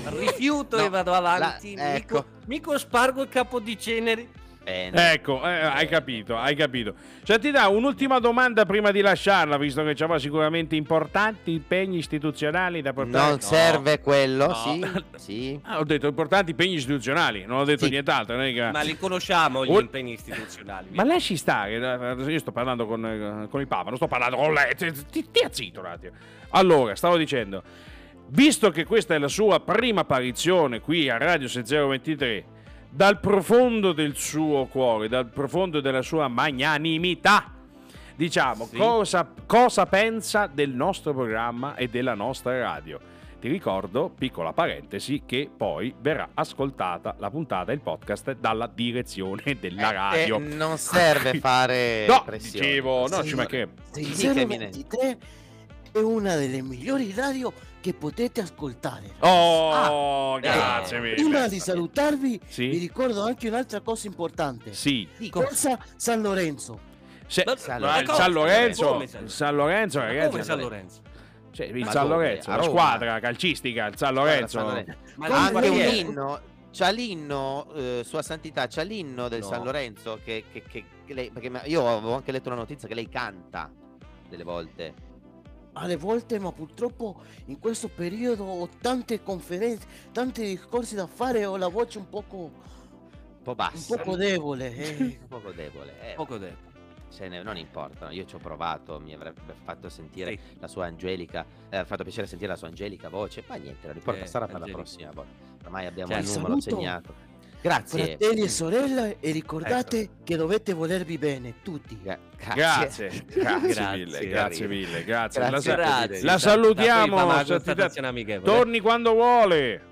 [SPEAKER 2] Rifiuto
[SPEAKER 3] No,
[SPEAKER 2] e vado avanti.
[SPEAKER 3] la-
[SPEAKER 2] mi, co-
[SPEAKER 3] ecco.
[SPEAKER 2] mi cospargo il capo di ceneri.
[SPEAKER 3] bene.
[SPEAKER 1] Ecco, eh, hai capito, hai capito. Santità, un'ultima domanda prima di lasciarla, visto che ci avrà sicuramente importanti impegni istituzionali da portare.
[SPEAKER 3] Non serve quello,
[SPEAKER 2] No.
[SPEAKER 3] sì, sì.
[SPEAKER 1] Ah, ho detto importanti impegni istituzionali, non ho detto
[SPEAKER 6] Sì.
[SPEAKER 1] nient'altro. non è che-
[SPEAKER 2] Ma li conosciamo gli
[SPEAKER 1] Un-
[SPEAKER 2] impegni istituzionali.
[SPEAKER 1] Eh. Ma lasci stare, adesso io sto parlando con, eh, con il Papa, non sto parlando con lei, ti, ti, ti ha zitto un attimo. Allora, stavo dicendo, visto che questa è la sua prima apparizione qui a Radio 6023, dal profondo del suo cuore, dal profondo della sua magnanimità, diciamo,
[SPEAKER 2] Sì.
[SPEAKER 1] cosa, cosa pensa del nostro programma e della nostra radio? Ti ricordo, piccola parentesi, che poi verrà ascoltata la puntata, il podcast, dalla direzione della
[SPEAKER 3] Eh,
[SPEAKER 1] radio.
[SPEAKER 3] non serve fare
[SPEAKER 1] No,
[SPEAKER 3] pressione.
[SPEAKER 1] dicevo, no,
[SPEAKER 6] Sì.
[SPEAKER 1] ci mancherebbe.
[SPEAKER 3] Ditemine.
[SPEAKER 6] 023 è una delle migliori radio che potete ascoltare.
[SPEAKER 1] Oh,
[SPEAKER 3] Ah,
[SPEAKER 1] grazie
[SPEAKER 3] eh,
[SPEAKER 1] mille.
[SPEAKER 6] Prima di salutarvi,
[SPEAKER 1] Sì.
[SPEAKER 6] vi ricordo anche un'altra cosa importante.
[SPEAKER 1] Sì.
[SPEAKER 3] Dico,
[SPEAKER 6] Corsa San Lorenzo.
[SPEAKER 1] Se-
[SPEAKER 2] Eh, Ma-
[SPEAKER 1] San,
[SPEAKER 3] ma
[SPEAKER 1] il
[SPEAKER 3] cosa?
[SPEAKER 1] San Lorenzo,
[SPEAKER 2] Come San-
[SPEAKER 1] il San Lorenzo,
[SPEAKER 2] Ma
[SPEAKER 1] ragazzi,
[SPEAKER 2] come San Lorenzo?
[SPEAKER 1] Cioè, il
[SPEAKER 3] Ma
[SPEAKER 1] San
[SPEAKER 3] dove?
[SPEAKER 1] Lorenzo,
[SPEAKER 3] A
[SPEAKER 1] la
[SPEAKER 3] Roma.
[SPEAKER 1] squadra calcistica, il San Lorenzo.
[SPEAKER 3] Guarda, San Lorenzo.
[SPEAKER 2] Ma
[SPEAKER 6] Come
[SPEAKER 2] anche
[SPEAKER 3] anche
[SPEAKER 6] San
[SPEAKER 3] un
[SPEAKER 6] Lorenzo.
[SPEAKER 3] inno, c'ha l'inno, eh, Sua Santità, c'ha l'inno del
[SPEAKER 2] No.
[SPEAKER 3] San Lorenzo. Che, che- che- che lei, perché ma- io avevo anche letto la notizia che lei canta delle volte.
[SPEAKER 6] Alle volte, ma purtroppo in questo periodo ho tante conferenze, tanti discorsi da fare, ho la voce un poco,
[SPEAKER 3] Un po'
[SPEAKER 6] un
[SPEAKER 3] bassa.
[SPEAKER 6] poco debole. eh.
[SPEAKER 3] Un poco debole. eh,
[SPEAKER 2] Poco tempo.
[SPEAKER 3] ce ne- non importano. Io ci ho provato. Mi avrebbe fatto sentire
[SPEAKER 2] Sì.
[SPEAKER 3] la sua angelica. eh, fatto piacere sentire la sua angelica voce. Ma niente, la riporta
[SPEAKER 2] Eh,
[SPEAKER 3] sarà per
[SPEAKER 2] angelica.
[SPEAKER 3] la prossima volta. Ormai abbiamo
[SPEAKER 2] Cioè,
[SPEAKER 3] il numero
[SPEAKER 6] saluto.
[SPEAKER 3] segnato. Grazie.
[SPEAKER 6] Fratelli e sorelle, e ricordate che dovete volervi bene, tutti.
[SPEAKER 3] Gra-
[SPEAKER 1] Grazie, grazie,
[SPEAKER 2] Grazie.
[SPEAKER 1] mille, grazie mille, grazie. La
[SPEAKER 3] Grazie.
[SPEAKER 1] sa-
[SPEAKER 3] Grazie.
[SPEAKER 1] la salutiamo, Santità.
[SPEAKER 2] Eh,
[SPEAKER 1] Torni quando vuole.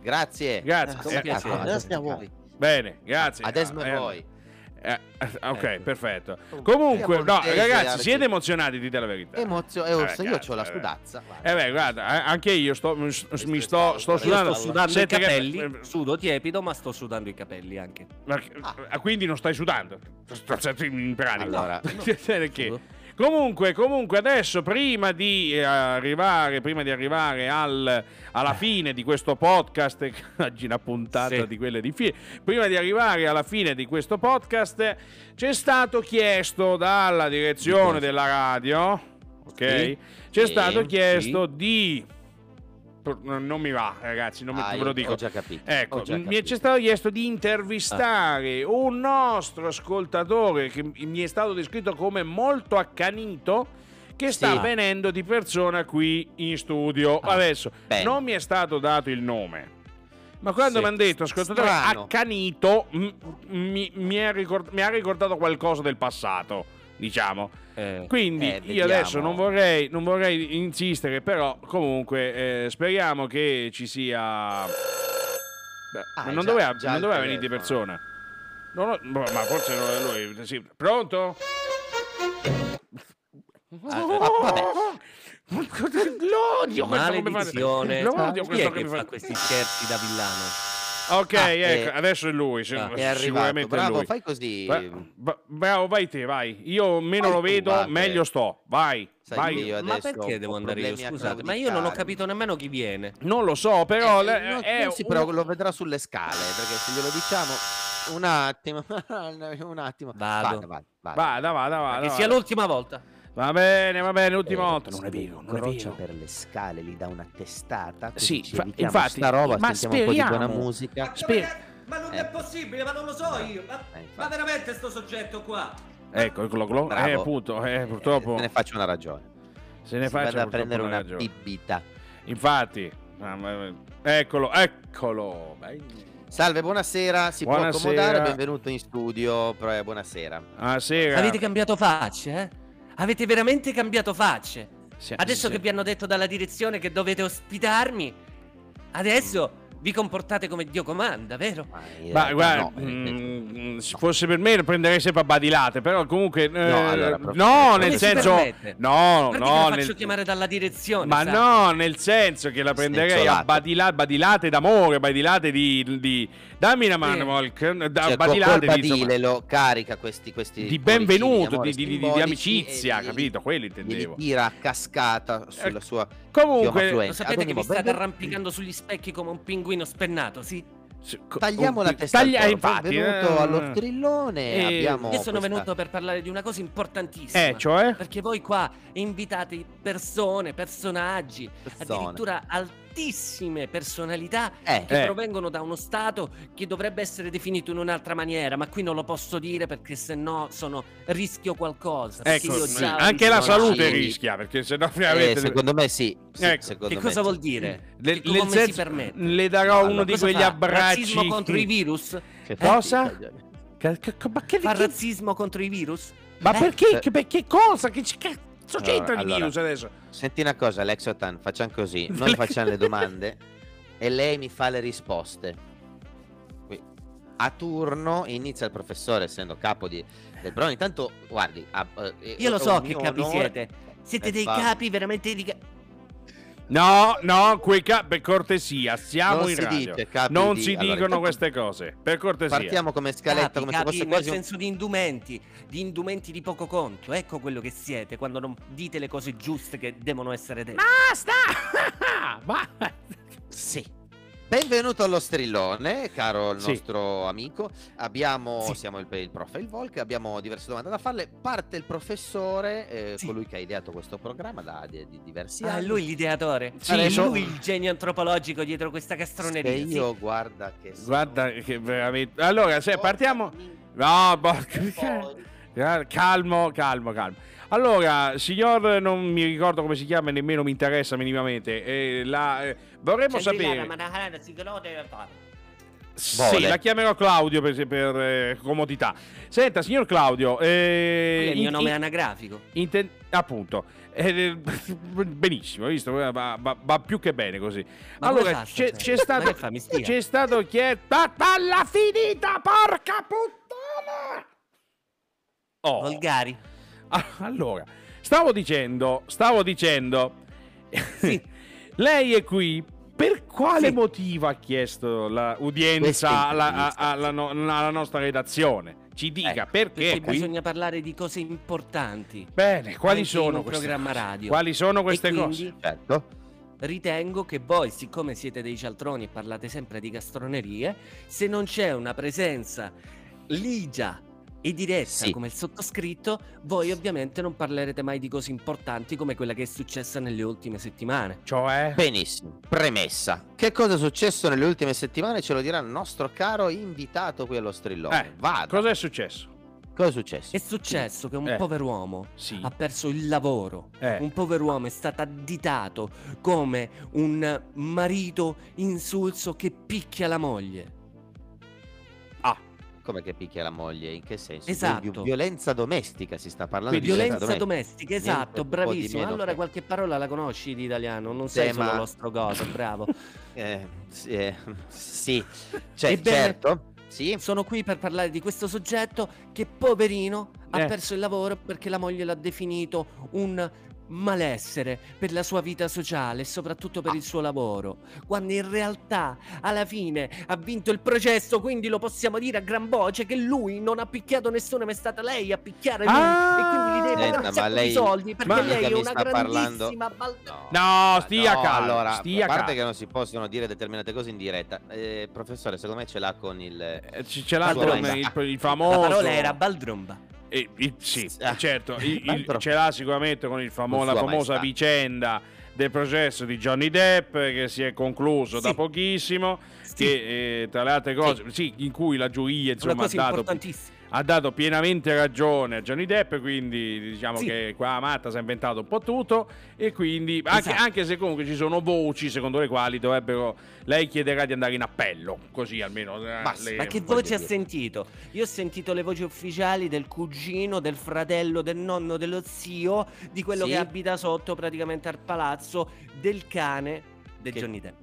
[SPEAKER 3] Grazie.
[SPEAKER 1] Grazie.
[SPEAKER 6] Eh,
[SPEAKER 1] Eh,
[SPEAKER 2] piacere.
[SPEAKER 1] ah,
[SPEAKER 6] Grazie a voi.
[SPEAKER 1] Bene, grazie.
[SPEAKER 3] Adesso
[SPEAKER 1] Ah, eh,
[SPEAKER 3] voi.
[SPEAKER 1] eh, eh, ok,
[SPEAKER 2] Ecco.
[SPEAKER 1] perfetto.
[SPEAKER 3] Oh,
[SPEAKER 1] Comunque,
[SPEAKER 3] siamo
[SPEAKER 1] no,
[SPEAKER 3] contenti,
[SPEAKER 1] ragazzi,
[SPEAKER 3] ragazzi.
[SPEAKER 1] siete emozionati, dite la verità.
[SPEAKER 3] Emozio- eh,
[SPEAKER 1] Eh,
[SPEAKER 3] orso, io
[SPEAKER 1] cazzo,
[SPEAKER 3] ho la
[SPEAKER 1] eh.
[SPEAKER 3] scudazza. guarda.
[SPEAKER 1] Eh beh, guarda, eh, anche io sto, mi s- mi sto,
[SPEAKER 3] stavo-
[SPEAKER 1] sto
[SPEAKER 3] io
[SPEAKER 1] sudando.
[SPEAKER 2] Io sto sudando
[SPEAKER 1] Senti
[SPEAKER 2] i
[SPEAKER 1] che- eh,
[SPEAKER 2] capelli, sudo tiepido, ma sto sudando i capelli anche.
[SPEAKER 1] Ma- ah, Quindi non stai sudando? Sto- In Cioè, pratica.
[SPEAKER 3] Allora,
[SPEAKER 1] Perché?
[SPEAKER 2] Sudo.
[SPEAKER 1] Comunque, comunque, adesso prima di eh, arrivare, prima di arrivare al- alla fine di questo podcast, che oggi una puntata
[SPEAKER 2] Sì.
[SPEAKER 1] di quelle di fine, prima di arrivare alla fine di questo podcast, c'è stato chiesto dalla direzione
[SPEAKER 2] Di cosa?
[SPEAKER 1] della radio, ok?
[SPEAKER 2] Sì.
[SPEAKER 1] C'è
[SPEAKER 3] Sì,
[SPEAKER 1] stato
[SPEAKER 3] sì.
[SPEAKER 1] chiesto di... Non mi va, ragazzi, non mi,
[SPEAKER 3] ah,
[SPEAKER 1] ve lo
[SPEAKER 3] io
[SPEAKER 1] dico.
[SPEAKER 3] Ho già capito.
[SPEAKER 1] Ecco,
[SPEAKER 3] ho oh, già
[SPEAKER 1] mi è
[SPEAKER 3] capito. Ah.
[SPEAKER 1] c'è stato chiesto di intervistare un nostro ascoltatore che mi è stato descritto come molto accanito che sta
[SPEAKER 3] Sì.
[SPEAKER 1] venendo di persona qui in studio.
[SPEAKER 3] Ah,
[SPEAKER 1] Adesso
[SPEAKER 3] bene.
[SPEAKER 1] non mi è stato dato il nome. Ma quando
[SPEAKER 3] Sì.
[SPEAKER 1] mi hanno detto ascoltatore
[SPEAKER 3] Strano.
[SPEAKER 1] accanito m- mi, mi è ricord- mi ha ricordato qualcosa del passato, diciamo.
[SPEAKER 2] Eh,
[SPEAKER 1] Quindi
[SPEAKER 3] Eh,
[SPEAKER 1] io
[SPEAKER 3] vediamo.
[SPEAKER 1] adesso non vorrei, non vorrei insistere, però comunque eh, speriamo che ci sia... Beh, ma
[SPEAKER 3] Ah, è
[SPEAKER 1] non
[SPEAKER 3] già-
[SPEAKER 1] doveva,
[SPEAKER 3] già
[SPEAKER 1] non
[SPEAKER 3] il
[SPEAKER 1] doveva venire di
[SPEAKER 3] telefono.
[SPEAKER 1] persona. Non ho- boh, ma forse non è lui. sì. Pronto?
[SPEAKER 3] Ah, vabbè.
[SPEAKER 1] L'odio questo come fa-
[SPEAKER 2] Maledizione.
[SPEAKER 1] L'odio
[SPEAKER 2] Chi
[SPEAKER 1] questo
[SPEAKER 2] è che
[SPEAKER 1] come fa-
[SPEAKER 2] fa questi scherzi da villano?
[SPEAKER 1] Ok,
[SPEAKER 3] Ah,
[SPEAKER 1] ecco,
[SPEAKER 3] eh,
[SPEAKER 1] adesso è lui. sì,
[SPEAKER 2] ah,
[SPEAKER 3] È arrivato.
[SPEAKER 1] sicuramente è
[SPEAKER 3] Bravo,
[SPEAKER 1] lui.
[SPEAKER 3] fai così.
[SPEAKER 1] Bra- bra- bravo, oh, vai te, vai. Io meno
[SPEAKER 3] Ehm, Vai
[SPEAKER 1] lo
[SPEAKER 3] tu,
[SPEAKER 1] vedo,
[SPEAKER 3] vabbè.
[SPEAKER 1] meglio sto. Vai,
[SPEAKER 3] Sai
[SPEAKER 1] vai.
[SPEAKER 3] che io
[SPEAKER 2] ma
[SPEAKER 3] adesso ho
[SPEAKER 2] perché devo andare io?
[SPEAKER 3] problemi a
[SPEAKER 2] Scusate, ma io non ho
[SPEAKER 3] claudicarmi.
[SPEAKER 2] capito nemmeno chi viene.
[SPEAKER 1] Non lo so, però
[SPEAKER 3] Eh,
[SPEAKER 1] le-
[SPEAKER 3] no,
[SPEAKER 1] è
[SPEAKER 3] non si
[SPEAKER 1] un-
[SPEAKER 3] preoccupi, lo vedrà sulle scale perché se glielo diciamo un attimo, un attimo.
[SPEAKER 2] Vado.
[SPEAKER 3] Vada, vada, vada.
[SPEAKER 1] Vada, vada,
[SPEAKER 2] Ma
[SPEAKER 1] vada.
[SPEAKER 2] che sia
[SPEAKER 1] vada.
[SPEAKER 2] l'ultima volta.
[SPEAKER 1] Va bene, va bene, l'ultima
[SPEAKER 3] Eh,
[SPEAKER 1] volta. Ecco,
[SPEAKER 3] se Croce per le scale, gli dà una testata. tu
[SPEAKER 1] Sì,
[SPEAKER 3] dici,
[SPEAKER 1] fa-
[SPEAKER 3] evitiamo
[SPEAKER 1] infatti,
[SPEAKER 3] sta roba,
[SPEAKER 1] ma
[SPEAKER 3] sentiamo un po' di buona
[SPEAKER 1] speriamo.
[SPEAKER 3] musica.
[SPEAKER 7] ma non
[SPEAKER 3] Eh.
[SPEAKER 7] è possibile, ma non lo so io. Ma,
[SPEAKER 3] Eh, infatti.
[SPEAKER 7] ma veramente sto soggetto qua?
[SPEAKER 1] Ecco, eccolo, eccolo.
[SPEAKER 3] Bravo.
[SPEAKER 1] Eh, appunto, eh,
[SPEAKER 3] Eh,
[SPEAKER 1] purtroppo
[SPEAKER 3] me ne faccio una ragione.
[SPEAKER 1] se ne
[SPEAKER 3] Vado
[SPEAKER 1] faccia
[SPEAKER 3] a prendere una
[SPEAKER 1] ragione.
[SPEAKER 3] bibita.
[SPEAKER 1] Infatti, ah, ma- eccolo, eccolo. Bello.
[SPEAKER 3] Salve, buonasera, si
[SPEAKER 1] Buonasera.
[SPEAKER 3] può accomodare, benvenuto in studio, pro- buonasera.
[SPEAKER 1] Buonasera.
[SPEAKER 2] Avete cambiato facce, eh? Avete veramente cambiato facce.
[SPEAKER 1] Sì,
[SPEAKER 2] Adesso
[SPEAKER 1] sì.
[SPEAKER 2] che vi hanno detto dalla direzione che dovete ospitarmi, adesso vi comportate come Dio comanda, vero?
[SPEAKER 3] Ma, in
[SPEAKER 1] Ma
[SPEAKER 3] realtà
[SPEAKER 1] guarda,
[SPEAKER 3] no, eh, nel senso-
[SPEAKER 1] mm, se fosse per me lo prenderei sempre a badilate, però comunque... eh,
[SPEAKER 3] No, allora, proprio-
[SPEAKER 1] no,
[SPEAKER 3] Come
[SPEAKER 1] nel
[SPEAKER 2] si
[SPEAKER 1] senso...
[SPEAKER 2] permette?
[SPEAKER 1] No,
[SPEAKER 2] Guardi che
[SPEAKER 1] no,
[SPEAKER 2] la faccio
[SPEAKER 1] nel-
[SPEAKER 2] chiamare dalla direzione.
[SPEAKER 1] Ma
[SPEAKER 2] sa.
[SPEAKER 1] no, nel senso che la prenderei a
[SPEAKER 3] Snecciolate.
[SPEAKER 1] badila- badilate d'amore, badilate di... di- dammi una mano,
[SPEAKER 2] Sì.
[SPEAKER 1] Volk, eh, da-
[SPEAKER 3] cioè, col-
[SPEAKER 1] Ah, badilate
[SPEAKER 3] col
[SPEAKER 1] di... insomma,
[SPEAKER 3] badilelo carica questi, questi
[SPEAKER 1] di
[SPEAKER 3] cuoricini
[SPEAKER 1] benvenuto,
[SPEAKER 3] amore
[SPEAKER 1] di, di- di- di
[SPEAKER 3] simbolici
[SPEAKER 1] amicizia,
[SPEAKER 3] e li-
[SPEAKER 1] capito? Quello
[SPEAKER 3] Li
[SPEAKER 1] intendevo.
[SPEAKER 3] tira a cascata sulla
[SPEAKER 1] Eh,
[SPEAKER 3] sua
[SPEAKER 1] Comunque,
[SPEAKER 3] affluente.
[SPEAKER 2] Lo
[SPEAKER 3] Ad
[SPEAKER 2] sapete
[SPEAKER 3] ogni
[SPEAKER 2] che vi
[SPEAKER 3] modo,
[SPEAKER 2] state
[SPEAKER 3] benven-
[SPEAKER 2] arrampicando sugli specchi come un pinguino spennato, sì?
[SPEAKER 1] S- co- uh,
[SPEAKER 3] Tagliamo la
[SPEAKER 1] un-
[SPEAKER 3] testa
[SPEAKER 1] taglia-
[SPEAKER 3] al toro.
[SPEAKER 1] infatti,
[SPEAKER 3] Benvenuto
[SPEAKER 1] eh,
[SPEAKER 3] allo strillone.
[SPEAKER 1] eh,
[SPEAKER 3] Abbiamo
[SPEAKER 2] Io sono
[SPEAKER 3] questa-
[SPEAKER 2] venuto per parlare di una cosa importantissima.
[SPEAKER 1] Eh, cioè?
[SPEAKER 2] Perché voi qua invitate persone, personaggi,
[SPEAKER 3] persone.
[SPEAKER 2] addirittura altissime personalità
[SPEAKER 3] Eh,
[SPEAKER 2] che
[SPEAKER 1] Eh.
[SPEAKER 2] provengono da uno Stato che dovrebbe essere definito in un'altra maniera, ma qui non lo posso dire perché sennò sono rischio qualcosa. perché
[SPEAKER 1] Ecco,
[SPEAKER 2] io
[SPEAKER 1] sì,
[SPEAKER 2] già ho
[SPEAKER 1] anche la
[SPEAKER 2] rischio
[SPEAKER 1] salute
[SPEAKER 2] qualcosa.
[SPEAKER 3] sì.
[SPEAKER 1] rischia, perché se no
[SPEAKER 3] eh,
[SPEAKER 1] veramente...
[SPEAKER 3] secondo me sì. sì,
[SPEAKER 1] Ecco.
[SPEAKER 3] secondo
[SPEAKER 2] Che
[SPEAKER 3] me
[SPEAKER 2] cosa
[SPEAKER 3] sì.
[SPEAKER 2] vuol dire?
[SPEAKER 1] Le,
[SPEAKER 2] Che
[SPEAKER 1] le-
[SPEAKER 2] come
[SPEAKER 1] senso-
[SPEAKER 2] si permette?
[SPEAKER 1] le darò
[SPEAKER 3] No,
[SPEAKER 1] uno
[SPEAKER 3] allora,
[SPEAKER 1] di
[SPEAKER 2] Cosa
[SPEAKER 1] quegli
[SPEAKER 2] fa?
[SPEAKER 1] abbracci.
[SPEAKER 2] Razzismo contro i virus?
[SPEAKER 3] Che
[SPEAKER 1] Cosa?
[SPEAKER 3] fatica,
[SPEAKER 1] Che-
[SPEAKER 3] Gianni.
[SPEAKER 1] che- ma che-
[SPEAKER 2] Fa
[SPEAKER 1] che-
[SPEAKER 2] razzismo contro i virus?
[SPEAKER 1] ma
[SPEAKER 2] Eh?
[SPEAKER 1] perché?
[SPEAKER 3] Eh.
[SPEAKER 1] Che, perché cosa? Che, che- cazzo
[SPEAKER 3] Allora,
[SPEAKER 1] c'entra il
[SPEAKER 3] allora.
[SPEAKER 1] virus adesso?
[SPEAKER 3] Senti una cosa, Alex Otan, facciamo così. Noi facciamo le domande e lei mi fa le risposte. Qui. A turno inizia il professore, essendo capo di- del Brony. Intanto, guardi... a- eh,
[SPEAKER 2] Io lo
[SPEAKER 3] è
[SPEAKER 2] so
[SPEAKER 3] un
[SPEAKER 2] che
[SPEAKER 3] mio
[SPEAKER 2] capi
[SPEAKER 3] onore-
[SPEAKER 2] siete. Siete
[SPEAKER 3] Eh,
[SPEAKER 2] dei
[SPEAKER 3] fa-
[SPEAKER 2] capi veramente di capi.
[SPEAKER 1] No, no, quei ca- per cortesia, siamo
[SPEAKER 3] Non
[SPEAKER 1] in
[SPEAKER 3] si
[SPEAKER 1] radio.
[SPEAKER 3] dice, capi
[SPEAKER 1] non
[SPEAKER 3] di-
[SPEAKER 1] si
[SPEAKER 3] allora,
[SPEAKER 1] dicono
[SPEAKER 3] intanto-
[SPEAKER 1] queste cose. Per cortesia.
[SPEAKER 3] Partiamo come scaletta,
[SPEAKER 2] Capi,
[SPEAKER 3] come se
[SPEAKER 2] capi
[SPEAKER 3] fosse
[SPEAKER 2] nel
[SPEAKER 3] quasi un
[SPEAKER 2] senso di indumenti, di indumenti di poco conto. Ecco quello che siete quando non dite le cose giuste che devono essere dette.
[SPEAKER 1] Basta! Ma-
[SPEAKER 3] Sì. Benvenuto allo strillone, caro il
[SPEAKER 1] Sì.
[SPEAKER 3] nostro amico. Abbiamo,
[SPEAKER 2] Sì.
[SPEAKER 3] siamo il, il prof e il Volk, abbiamo diverse domande da farle. Parte il professore, eh,
[SPEAKER 2] Sì.
[SPEAKER 3] colui che ha ideato questo programma da di, di diversi
[SPEAKER 2] Ah, è
[SPEAKER 3] anni.
[SPEAKER 2] lui l'ideatore.
[SPEAKER 1] Sì,
[SPEAKER 2] è
[SPEAKER 1] so-
[SPEAKER 2] lui il genio antropologico dietro questa
[SPEAKER 3] E
[SPEAKER 2] castroneria. sì.
[SPEAKER 3] io guarda che... sono-
[SPEAKER 1] Guarda che veramente... Allora, se
[SPEAKER 3] Porca
[SPEAKER 1] partiamo...
[SPEAKER 3] minchia,
[SPEAKER 1] No, porca...
[SPEAKER 3] poi.
[SPEAKER 1] Gra- Calmo, calmo, calmo. Allora, signor, non mi ricordo come si chiama, e nemmeno mi interessa minimamente. eh, la, eh, vorremmo
[SPEAKER 2] Cioè, lui là, la
[SPEAKER 1] sapere.
[SPEAKER 2] Manahara, si conosce, la fa.
[SPEAKER 1] Sì,
[SPEAKER 3] Vole.
[SPEAKER 1] la chiamerò Claudio per, per, eh, comodità. Senta, signor Claudio, eh,
[SPEAKER 2] Quello è il mio
[SPEAKER 1] in-
[SPEAKER 2] nome
[SPEAKER 1] in-
[SPEAKER 2] anagrafico.
[SPEAKER 1] Inten- appunto, Eh, benissimo, hai visto? Va, va- va più che bene così.
[SPEAKER 2] Ma come fa
[SPEAKER 1] allora,
[SPEAKER 2] a
[SPEAKER 1] c'è,
[SPEAKER 2] sapere?
[SPEAKER 1] c'è
[SPEAKER 2] Ma
[SPEAKER 1] stato,
[SPEAKER 2] che fa, mi spiega?
[SPEAKER 1] c'è stato chiesto. Ma palla finita, porca puttana! Oh.
[SPEAKER 2] Volgari.
[SPEAKER 1] Ah, Allora, stavo dicendo, stavo dicendo,
[SPEAKER 2] Sì.
[SPEAKER 1] lei è qui. Per quale
[SPEAKER 2] Sì.
[SPEAKER 1] motivo ha chiesto
[SPEAKER 3] Questa
[SPEAKER 1] l'udienza alla, a-
[SPEAKER 3] intervista,
[SPEAKER 1] alla no- alla nostra redazione? Ci dica
[SPEAKER 3] Ecco,
[SPEAKER 1] perché.
[SPEAKER 2] Perché
[SPEAKER 1] è qui?
[SPEAKER 2] bisogna parlare di cose importanti.
[SPEAKER 1] Bene, quali
[SPEAKER 2] anche in
[SPEAKER 1] sono
[SPEAKER 2] un
[SPEAKER 1] queste
[SPEAKER 2] programma
[SPEAKER 1] cose?
[SPEAKER 2] radio.
[SPEAKER 1] Quali sono queste
[SPEAKER 2] E
[SPEAKER 1] cose?
[SPEAKER 2] quindi
[SPEAKER 3] Certo.
[SPEAKER 2] Ritengo che voi, siccome siete dei cialtroni e parlate sempre di castronerie, se non c'è una presenza ligia e diretta
[SPEAKER 3] Sì.
[SPEAKER 2] come il sottoscritto, voi ovviamente non parlerete mai di cose importanti come quella che è successa nelle ultime settimane.
[SPEAKER 1] Cioè,
[SPEAKER 3] Benissimo. Premessa. Che cosa è successo nelle ultime settimane ce lo dirà il nostro caro invitato qui allo strillone.
[SPEAKER 1] Eh,
[SPEAKER 3] Vada.
[SPEAKER 1] cosa è successo?
[SPEAKER 3] Cosa è successo?
[SPEAKER 2] È successo che un
[SPEAKER 1] Eh.
[SPEAKER 2] pover'uomo
[SPEAKER 1] Sì.
[SPEAKER 2] ha perso il lavoro.
[SPEAKER 1] Eh.
[SPEAKER 2] Un pover'uomo è stato additato come un marito insulso che picchia la moglie.
[SPEAKER 1] Ah,
[SPEAKER 3] Come che picchia la moglie? In che senso?
[SPEAKER 2] Esatto.
[SPEAKER 3] Di- di violenza domestica si sta parlando.
[SPEAKER 2] Quindi
[SPEAKER 3] di
[SPEAKER 2] violenza domestica,
[SPEAKER 3] Niente
[SPEAKER 2] esatto,
[SPEAKER 3] un po' di
[SPEAKER 2] bravissimo.
[SPEAKER 3] meno
[SPEAKER 2] Allora
[SPEAKER 3] che-
[SPEAKER 2] qualche parola la conosci di italiano, non sei
[SPEAKER 3] Tema-
[SPEAKER 2] solo lo strogoso, bravo.
[SPEAKER 3] Eh, sì, eh, sì. Cioè,
[SPEAKER 2] Ebbene-
[SPEAKER 3] certo. Sì.
[SPEAKER 2] Sono qui per parlare di questo soggetto che poverino ha
[SPEAKER 1] Eh.
[SPEAKER 2] perso il lavoro perché la moglie l'ha definito un malessere per la sua vita sociale e soprattutto
[SPEAKER 3] Ah.
[SPEAKER 2] per il suo lavoro, quando in realtà alla fine ha vinto il processo, quindi lo possiamo dire a gran voce che lui non ha picchiato nessuno, ma è stata lei a picchiare lui
[SPEAKER 1] Ah!
[SPEAKER 2] e quindi gli deve
[SPEAKER 3] Senta,
[SPEAKER 2] dare
[SPEAKER 3] ma
[SPEAKER 2] un sacco
[SPEAKER 3] lei-
[SPEAKER 2] di soldi perché
[SPEAKER 1] ma-
[SPEAKER 2] lei è
[SPEAKER 3] mica mi
[SPEAKER 2] una
[SPEAKER 3] sta parlando-
[SPEAKER 2] grandissima bal-
[SPEAKER 1] No, stia
[SPEAKER 3] Ah, no,
[SPEAKER 1] calmo,
[SPEAKER 3] Allora,
[SPEAKER 1] stia
[SPEAKER 3] a parte
[SPEAKER 1] calmo.
[SPEAKER 3] che non si possono dire determinate cose in diretta. Eh, professore, secondo me ce l'ha con il.
[SPEAKER 1] Eh, ci- Ce l'ha
[SPEAKER 2] Padrone.
[SPEAKER 1] con il, il
[SPEAKER 2] La
[SPEAKER 1] famoso.
[SPEAKER 2] parola era Baldromba.
[SPEAKER 1] Eh, il- sì,
[SPEAKER 3] Ah.
[SPEAKER 1] certo, il- il-
[SPEAKER 3] Altro.
[SPEAKER 1] ce l'ha sicuramente con il famo-
[SPEAKER 3] Con
[SPEAKER 1] la
[SPEAKER 3] sua
[SPEAKER 1] famosa
[SPEAKER 3] maestà.
[SPEAKER 1] vicenda del processo di Johnny Depp eh, che si è concluso
[SPEAKER 2] Sì.
[SPEAKER 1] da pochissimo, che eh, tra le altre cose, sì, in cui la giuria
[SPEAKER 2] Una
[SPEAKER 1] insomma, ha,
[SPEAKER 2] cosa
[SPEAKER 1] dato,
[SPEAKER 2] importantissima.
[SPEAKER 1] ha dato pienamente ragione a Johnny Depp, quindi diciamo
[SPEAKER 2] Sì.
[SPEAKER 1] che qua Matta si è inventato un po' tutto e quindi anche,
[SPEAKER 2] Esatto.
[SPEAKER 1] anche se comunque ci sono voci secondo le quali dovrebbero, lei chiederà di andare in appello, così almeno. eh,
[SPEAKER 3] Ma-
[SPEAKER 1] le-
[SPEAKER 2] Ma che
[SPEAKER 3] voglio
[SPEAKER 2] voce ha
[SPEAKER 3] dire.
[SPEAKER 2] sentito? Io ho sentito le voci ufficiali del cugino, del fratello, del nonno, dello zio, di quello
[SPEAKER 3] Sì.
[SPEAKER 2] che abita sotto praticamente al palazzo, del cane di
[SPEAKER 3] Che-
[SPEAKER 2] Johnny Depp.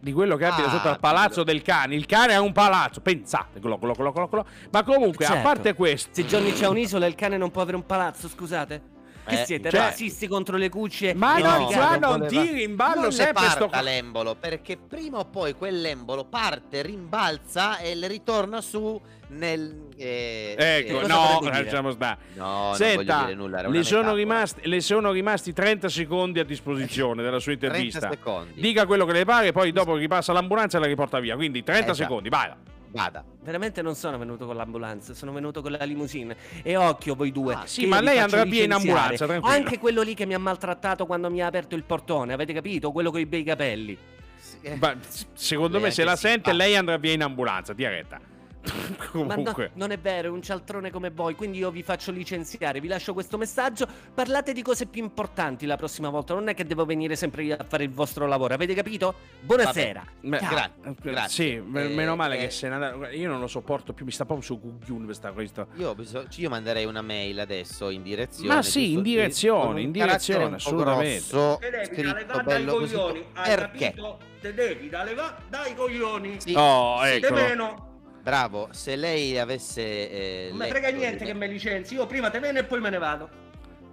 [SPEAKER 1] di quello che abita
[SPEAKER 3] Ah,
[SPEAKER 1] sotto al palazzo del cane. Il cane è un palazzo, pensate, glo, glo, glo, glo, glo. ma comunque a
[SPEAKER 2] Certo.
[SPEAKER 1] parte questo,
[SPEAKER 2] Se Johnny c'ha un'isola e il cane non può avere un palazzo, scusate? Che
[SPEAKER 3] Eh,
[SPEAKER 2] siete
[SPEAKER 1] cioè-
[SPEAKER 2] razzisti contro le cucce?
[SPEAKER 1] ma
[SPEAKER 2] e
[SPEAKER 3] no,
[SPEAKER 1] Ah, non,
[SPEAKER 2] i
[SPEAKER 1] qua
[SPEAKER 2] cani?
[SPEAKER 1] non
[SPEAKER 3] voleva-
[SPEAKER 1] tiri in ballo
[SPEAKER 3] non ne
[SPEAKER 1] sempre
[SPEAKER 3] parta
[SPEAKER 1] sto co-
[SPEAKER 3] l'embolo perché prima o poi quell'embolo parte, rimbalza e le ritorna su nel. eh,
[SPEAKER 1] Ecco,
[SPEAKER 3] eh,
[SPEAKER 2] cosa
[SPEAKER 1] no,
[SPEAKER 2] vorrebbe dire?
[SPEAKER 1] lasciamo stare.
[SPEAKER 3] No, non voglio
[SPEAKER 1] Senta,
[SPEAKER 3] dire nulla. Era
[SPEAKER 1] le
[SPEAKER 3] una
[SPEAKER 1] sono,
[SPEAKER 3] metafora.
[SPEAKER 1] rimasti, le sono rimasti 30 secondi a disposizione della sua
[SPEAKER 3] 30
[SPEAKER 1] eh, intervista.
[SPEAKER 3] secondi.
[SPEAKER 1] Dica quello che le pare, poi dopo ripassa l'ambulanza e la riporta via. Quindi 30
[SPEAKER 3] Esatto.
[SPEAKER 1] secondi, vai.
[SPEAKER 3] Vada.
[SPEAKER 2] Veramente non sono venuto con l'ambulanza, sono venuto con la limousine. E occhio voi due.
[SPEAKER 3] Ah,
[SPEAKER 1] sì,
[SPEAKER 2] che
[SPEAKER 1] ma
[SPEAKER 2] io vi
[SPEAKER 1] lei
[SPEAKER 2] faccio
[SPEAKER 1] andrà via in
[SPEAKER 2] licenziare.
[SPEAKER 1] ambulanza, tranquillo.
[SPEAKER 2] Anche quello lì che mi ha maltrattato quando mi ha aperto il portone, avete capito? Quello con i bei capelli.
[SPEAKER 3] Sì, eh.
[SPEAKER 1] Ma s- secondo
[SPEAKER 3] Lei
[SPEAKER 1] me
[SPEAKER 3] è
[SPEAKER 1] se
[SPEAKER 3] anche
[SPEAKER 1] la sente
[SPEAKER 3] simpatica.
[SPEAKER 1] lei andrà via in ambulanza, diretta.
[SPEAKER 2] Ma no,
[SPEAKER 1] Comunque.
[SPEAKER 2] non è vero, è un cialtrone come voi, quindi io vi faccio licenziare, vi lascio questo messaggio, parlate di cose più importanti la prossima volta, non è che devo venire sempre io a fare il vostro lavoro, avete capito? Buonasera.
[SPEAKER 1] Beh,
[SPEAKER 2] Ciao.
[SPEAKER 3] grazie.
[SPEAKER 1] Sì, me-
[SPEAKER 3] Eh,
[SPEAKER 1] meno male
[SPEAKER 3] eh.
[SPEAKER 1] che se ne andava. Io non lo sopporto più, mi sta proprio su Gugliun questa questa.
[SPEAKER 3] Io, ho bisog- cioè, io manderei una mail adesso in direzione.
[SPEAKER 1] Ma sì,
[SPEAKER 3] giusto?
[SPEAKER 1] in direzione,
[SPEAKER 3] Con un
[SPEAKER 1] in direzione,
[SPEAKER 3] carattere un po'
[SPEAKER 1] assolutamente.
[SPEAKER 3] grosso,
[SPEAKER 7] Te devi dalle
[SPEAKER 3] scritto
[SPEAKER 7] va dai
[SPEAKER 3] bello così.
[SPEAKER 7] coglioni, hai
[SPEAKER 3] Perché?
[SPEAKER 7] capito? Te devi dalle va dai coglioni.
[SPEAKER 3] Sì,
[SPEAKER 1] Oh,
[SPEAKER 3] sì,
[SPEAKER 7] De
[SPEAKER 1] ecco.
[SPEAKER 7] meno,
[SPEAKER 3] Bravo, se lei avesse. eh,
[SPEAKER 7] non mi
[SPEAKER 3] letto
[SPEAKER 7] frega niente
[SPEAKER 3] le-
[SPEAKER 7] che me licenzi, io prima te meno e poi me ne vado.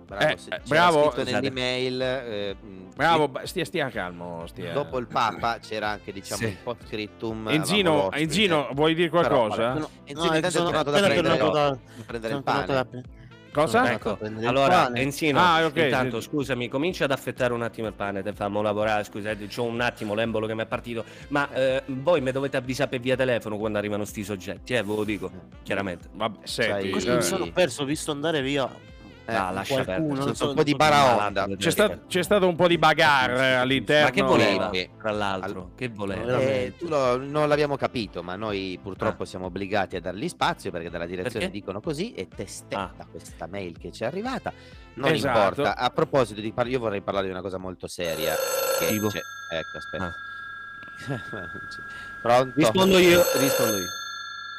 [SPEAKER 3] Bravo,
[SPEAKER 1] Eh,
[SPEAKER 3] se- c'era
[SPEAKER 1] bravo,
[SPEAKER 3] scritto
[SPEAKER 1] scusate.
[SPEAKER 3] nell'email. eh, mh,
[SPEAKER 1] Bravo, eh. ba- stia, stia calmo. Stia.
[SPEAKER 3] Dopo il Papa c'era anche diciamo eh,
[SPEAKER 6] Sì.
[SPEAKER 3] un po' scrittum.
[SPEAKER 1] Enzino,
[SPEAKER 3] avevamo
[SPEAKER 1] Enzino,
[SPEAKER 3] l'ospite.
[SPEAKER 1] vuoi dire
[SPEAKER 3] cioè, Però,
[SPEAKER 1] qualcosa?
[SPEAKER 3] vabbè, Enzino
[SPEAKER 6] No, eh,
[SPEAKER 3] intanto è
[SPEAKER 6] sono
[SPEAKER 3] tornato da
[SPEAKER 6] appena
[SPEAKER 3] prendere,
[SPEAKER 6] tornato da-
[SPEAKER 3] da prendere
[SPEAKER 6] sono
[SPEAKER 3] il pane.
[SPEAKER 6] tornato da pre-
[SPEAKER 1] Cosa?
[SPEAKER 6] sono
[SPEAKER 2] Ecco,
[SPEAKER 6] tornato a prendere il
[SPEAKER 2] allora
[SPEAKER 6] pane.
[SPEAKER 2] Enzino,
[SPEAKER 1] Ah, ok,
[SPEAKER 2] intanto
[SPEAKER 1] sì.
[SPEAKER 2] scusami, comincia ad affettare un attimo il pane, te famo lavorare, scusate, c'ho un attimo l'embolo che mi è partito, ma eh, voi mi dovete avvisare per via telefono quando arrivano sti soggetti, eh, ve lo dico, chiaramente.
[SPEAKER 1] Vabbè, senti.
[SPEAKER 6] Così
[SPEAKER 3] Dai.
[SPEAKER 1] eh,
[SPEAKER 6] mi sono perso, ho visto andare via.
[SPEAKER 3] Eh,
[SPEAKER 2] Ah, lascia
[SPEAKER 6] qualcuno,
[SPEAKER 2] perdere.
[SPEAKER 6] non so,
[SPEAKER 2] Sono
[SPEAKER 6] un po' di
[SPEAKER 2] tutto malato,
[SPEAKER 3] baraonda.
[SPEAKER 2] vedete.
[SPEAKER 1] C'è, sta- c'è stato un po' di bagarre all'interno.
[SPEAKER 2] Ma che voleva,
[SPEAKER 3] Sì.
[SPEAKER 2] tra l'altro? Che voleva?
[SPEAKER 6] Allora-
[SPEAKER 3] Eh,
[SPEAKER 6] Eh, veramente.
[SPEAKER 3] tu lo- non l'abbiamo capito, ma noi purtroppo siamo obbligati a dargli spazio perché dalla direzione
[SPEAKER 2] Ah. Perché?
[SPEAKER 3] dicono così e testetta
[SPEAKER 2] Ah.
[SPEAKER 3] questa mail che ci è arrivata. Non
[SPEAKER 1] Esatto.
[SPEAKER 3] importa. A proposito, di par- io vorrei parlare di una cosa molto seria. Che
[SPEAKER 2] Tipo?
[SPEAKER 3] c'è- Ecco, aspetta.
[SPEAKER 2] Ah.
[SPEAKER 3] Pronto?
[SPEAKER 2] Rispondo io, rispondo io.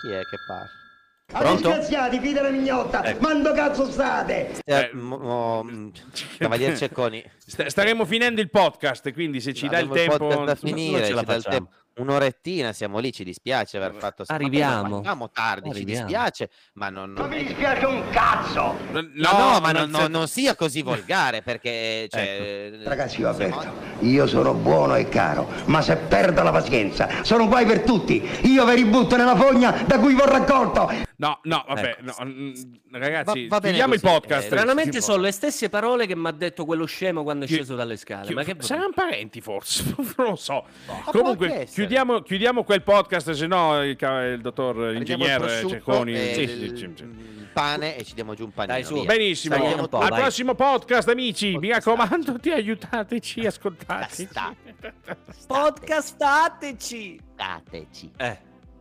[SPEAKER 3] Chi è che parla?
[SPEAKER 2] Pronto?
[SPEAKER 8] Disgraziati, figlia della mignotta,
[SPEAKER 2] Ecco.
[SPEAKER 8] quando cazzo state?
[SPEAKER 3] Eh,
[SPEAKER 1] Eh,
[SPEAKER 3] mo- mo- mh, Cavalier Ehm, Cecconi.
[SPEAKER 1] Sta- staremo finendo il podcast, quindi se ci dai il
[SPEAKER 3] Abbiamo
[SPEAKER 1] tempo...
[SPEAKER 3] podcast da
[SPEAKER 1] insomma-
[SPEAKER 3] finire,
[SPEAKER 2] ce la
[SPEAKER 3] ci dà il
[SPEAKER 2] facciamo.
[SPEAKER 3] tempo. Un'orettina siamo lì, ci dispiace aver fatto ma
[SPEAKER 2] Arriviamo.
[SPEAKER 3] poi lo facciamo tardi, ci
[SPEAKER 2] Arriviamo.
[SPEAKER 3] dispiace, ma non, non
[SPEAKER 8] Non mi
[SPEAKER 3] è che-
[SPEAKER 8] dispiace un cazzo!
[SPEAKER 1] No, certo. nel
[SPEAKER 3] No, ma non, non-
[SPEAKER 1] senso-
[SPEAKER 3] non sia così volgare perché cioè,
[SPEAKER 8] Ecco. Ragazzi, io ho
[SPEAKER 3] siamo-
[SPEAKER 8] aperto, io sono buono e caro, ma se perdo la pazienza, sono guai per tutti, io ve ributto nella fogna da cui vi ho raccolto!
[SPEAKER 1] No, no, vabbè,
[SPEAKER 2] Ecco.
[SPEAKER 1] no, mm, ragazzi,
[SPEAKER 3] Va- va bene
[SPEAKER 1] chiudiamo il
[SPEAKER 3] così,
[SPEAKER 1] podcast.
[SPEAKER 3] eh,
[SPEAKER 2] Stranamente sono le stesse parole che mi ha detto quello scemo quando è
[SPEAKER 1] Chi-
[SPEAKER 2] sceso dalle scale.
[SPEAKER 1] Chi-
[SPEAKER 2] ma che
[SPEAKER 1] Saranno parenti forse, non lo so.
[SPEAKER 3] può anche
[SPEAKER 1] Comunque
[SPEAKER 3] essere.
[SPEAKER 1] chiudiamo, chiudiamo quel podcast, se no il, ca- il dottor
[SPEAKER 3] prendiamo il
[SPEAKER 1] ingegnere
[SPEAKER 3] prosciutto
[SPEAKER 1] Cecconi...
[SPEAKER 3] e
[SPEAKER 1] sì,
[SPEAKER 3] il,
[SPEAKER 1] sì, sì, sì.
[SPEAKER 3] il pane e ci diamo giù un panino.
[SPEAKER 2] Dai, su.
[SPEAKER 3] via.
[SPEAKER 1] Benissimo,
[SPEAKER 3] Tagliamo
[SPEAKER 2] un po',
[SPEAKER 1] al
[SPEAKER 2] dai.
[SPEAKER 1] prossimo podcast amici, mi raccomando, ti aiutateci, ascoltateci.
[SPEAKER 3] Basta.
[SPEAKER 2] Podcastateci!
[SPEAKER 3] Dateci.
[SPEAKER 2] Eh.